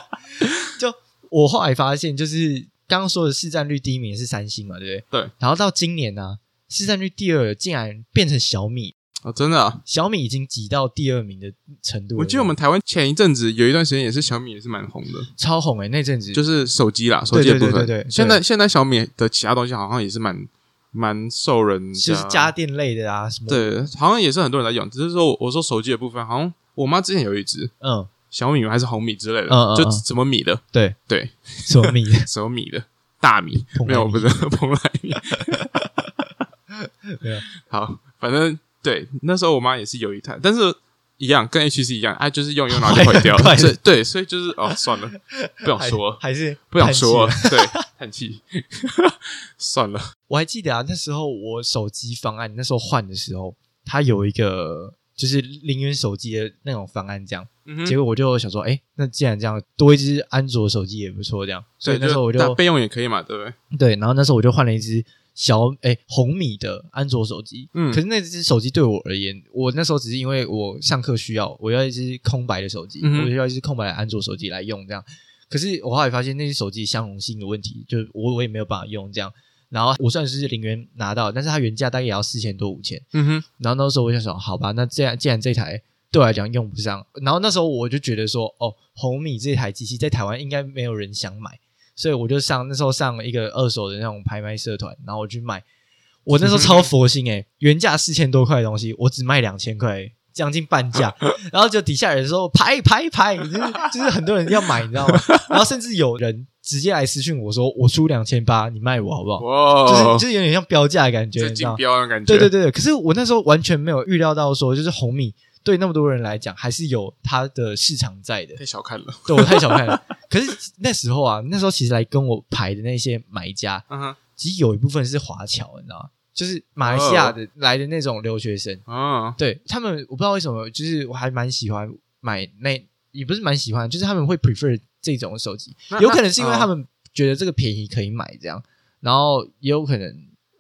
就我后来发现，就是刚刚说的市占率第一名是三星嘛，对不对？
对。
然后到今年呢、市占率第二竟然变成小米，
哦，真的、啊，
小米已经挤到第二名的程度了。
我记得我们台湾前一阵子有一段时间也是小米也是蛮红的，
超红欸诶、那阵子
就是手机啦，手机的部分。
对对对对对
现在现在小米的其他东西好像也是蛮蛮受人家
就是家电类的啊，什么
对，好像也是很多人在用。只是说我我说手机的部分，好像我妈之前有一只
嗯，
小米还是红米之类的，
嗯嗯
就
嗯
什么米的，
对
对，
什么米
什么米的。大米
蓬莱米
没有，不是蓬莱米。
没有
好，反正对，那时候我妈也是有一台，但是一样跟 HTC 一样，啊，就是用一用然 后就坏掉
坏
了。
很快
所以对，所以就是哦，算了， 不想
还
说了，
还是
不想
叹气
说
了
了。对，叹气， 算了。
我还记得啊，那时候我手机方案那时候换的时候，它有一个就是零元手机的那种方案，这样。
嗯哼
结果我就想说，哎、那既然这样，多一只安卓手机也不错，这样。所以
对
那时候我就
打备用也可以嘛，对不对？
对，然后那时候我就换了一只小哎、红米的安卓手机。
嗯
可是那只手机对我而言，我那时候只是因为我上课需要，我要一只空白的手机，
嗯哼
我就要一只空白的安卓手机来用这样。可是我后来发现那只手机相容性的问题，就是我我也没有办法用这样。然后我虽然是零元拿到，但是它原价大概也要四千多五千。
嗯哼，
然后那时候我就想，好吧，那既然既然这台对我来讲用不上，然后那时候我就觉得说，哦，红米这台机器在台湾应该没有人想买，所以我就上那时候上一个二手的那种拍卖社团，然后我去卖。我那时候超佛心诶、欸原价四千多块的东西，我只卖两千块，欸将近半价。然后就底下人说拍拍拍，就是就是很多人要买，你知道吗？然后甚至有人直接来私讯我说，我出两千八，你卖我好不好？
哇
哦就是，就是有点像标价的感觉，
哦这
你知道
竞
吗？
标的感觉，
对对对，对可是我那时候完全没有预料到说，就是红米对那么多人来讲还是有它的市场在 的。
太小看了。
对我太小看了。可是那时候啊，那时候其实来跟我排的那些买家，
嗯哼，
其实有一部分是华侨，你知道吗？就是马来西亚的、来的那种留学生，
啊，
对他们，我不知道为什么，就是我还蛮喜欢买那，也不是蛮喜欢，就是他们会
嗯
prefer 这种手机。
那
有可能是因为
那
他
哦
们觉得这个便宜可以买这样，然后也有可能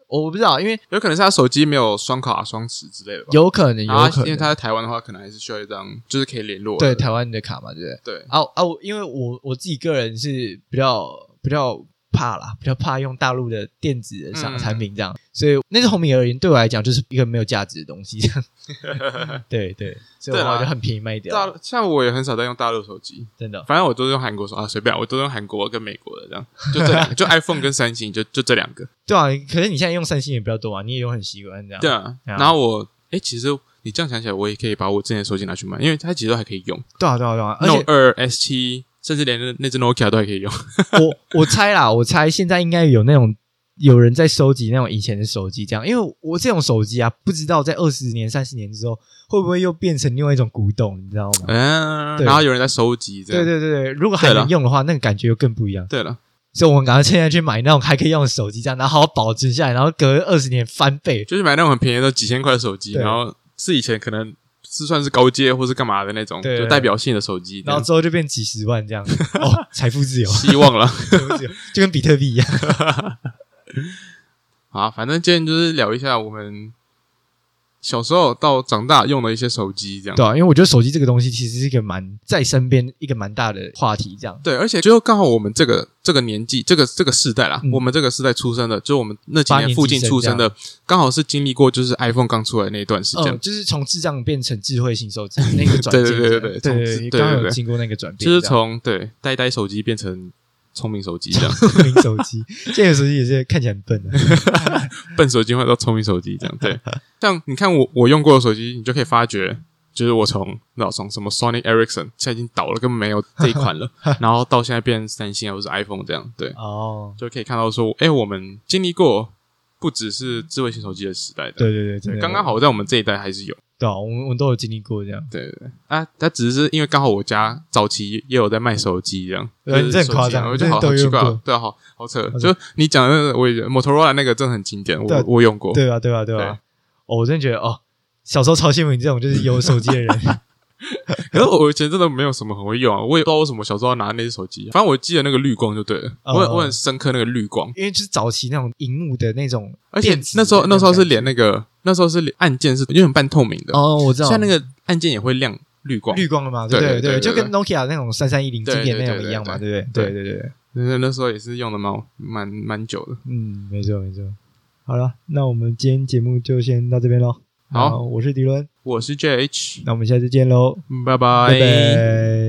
我不知道，因为
有可能是他手机没有双卡双持之类的吧。
有可能有
然后
可
他
能，
啊因为他在台湾的话，可能还是需要一张，就是可以联络
对
的。
台湾的卡嘛，对不对？
对，
啊啊，我因为我我自己个人是比较比较怕啦，比较怕用大陆的电子的
嗯
产产品这样，所以那是红米而言，对我来讲就是一个没有价值的东西这样。 对对，所以我
对啦啊
后来就很便宜卖掉，
大像我也很少在用大陆手机，
真的。
反正我都是用韩国手啊，随便，我都用韩国跟美国的这样，就这两个，就 iPhone 跟三星，就就这两个。
对 啊，可是你现在用三星也比较多啊，你也有很习惯这样。
对啊，
对啊
然后我，哎，其实你这样想起来，我也可以把我之前的手机拿去卖，因为它其实都还可以用
对啊，对啊，对啊。而
，Note
且
二、S 七，甚至连那那只 Nokia 都还 可以用。
我我猜啦，我猜现在应该有那种有人在收集那种以前的手机，这样，因为我这种手机啊，不知道在二十年、三十年之后会不会又变成另外一种古董，你知道吗？
嗯，
对
然后有人在收集这样。
对对对对，如果还
对啦
能用的话，那个感觉又更不一样。
对了，
所以我们赶快现在去买那种还可以用的手机，这样，然后好好保存下来，然后隔二十年翻倍。
就是买那种很便宜的几千块的手机，
对
然后是以前可能是算是高阶或是干嘛的那种，
对
就代表性的手机这
然后
样。
之后就变几十万这 样，哦，财富自由，
希望了
财富自由，就跟比特币一样。
啊，反正今天就是聊一下我们小时候到长大用的一些手机这样。
对啊，因为我觉得手机这个东西其实是一个蛮在身边一个蛮大的话题，这样。
对，而且就刚好我们这个这个年纪，这个这个世代啦，
嗯
我们这个世代出生的，就我们那几
八
年
年
附
级
近
生
出生的，刚好是经历过就是 iPhone 刚出来那一段时间，
嗯，就是从智障变成智慧型手机那 个转变，
对对对对对
这样对
从智
刚
对
刚
对
有
对
经过那个转变，
就是
这样
从对呆呆手机变成聪明手机 这样，
聪明手机，现在有手机也是看起来很笨啊 的，
笨手机换到聪明手机这样。对，像你看我我用过的手机，你就可以发觉，就是我从那从什么 Sony Ericsson 现在已经倒了，根本没有这一款 了，然后到现在变三星或者是 iPhone 这样，对，
哦，
就可以看到说，哎、我们经历过不只是智慧型手机的时代的，
对对对，真的
刚刚好在我们这一代还是有。
对啊，我们我们都有经历过这样。
对对对啊，他只是因为刚好我家早期也有在卖手机这样，
对
就是
这很
手机啊
夸张
我觉得好
这都
好奇怪
用
哦
过，
对啊，好好扯。
好扯
就你讲的那个，我也觉得 Motorola 那个真的很经典，
对啊
我我用过。
对吧？对吧？对吧？啊
对
哦，我真的觉得哦，小时候超羡慕你这种就是有手机的人，
可是我以前真的没有什么很会用啊，我也不知道为什么小时候要拿那只手机、反正我记得那个绿光就对了，
哦
我很我很深刻那个绿光，
因为就是早期那种荧幕的那种
而且
电子的
那时候
种
那时候是
感觉
连那个那时候是连按键是有点半透明的，
哦，我知道
像那个按键也会亮绿光。
绿光了嘛，对
对
对
对对对
就跟 Nokia 那种三三一零
对
经典
对
那
对
种
对
一样嘛，
对
对不对？对对对，
那那时候也是用的蛮蛮蛮久的。
嗯，没错没错。好了，那我们今天节目就先到这边喽。
好
那我是迪伦，
我是 JH，
那我们下次见喽，
拜拜
拜拜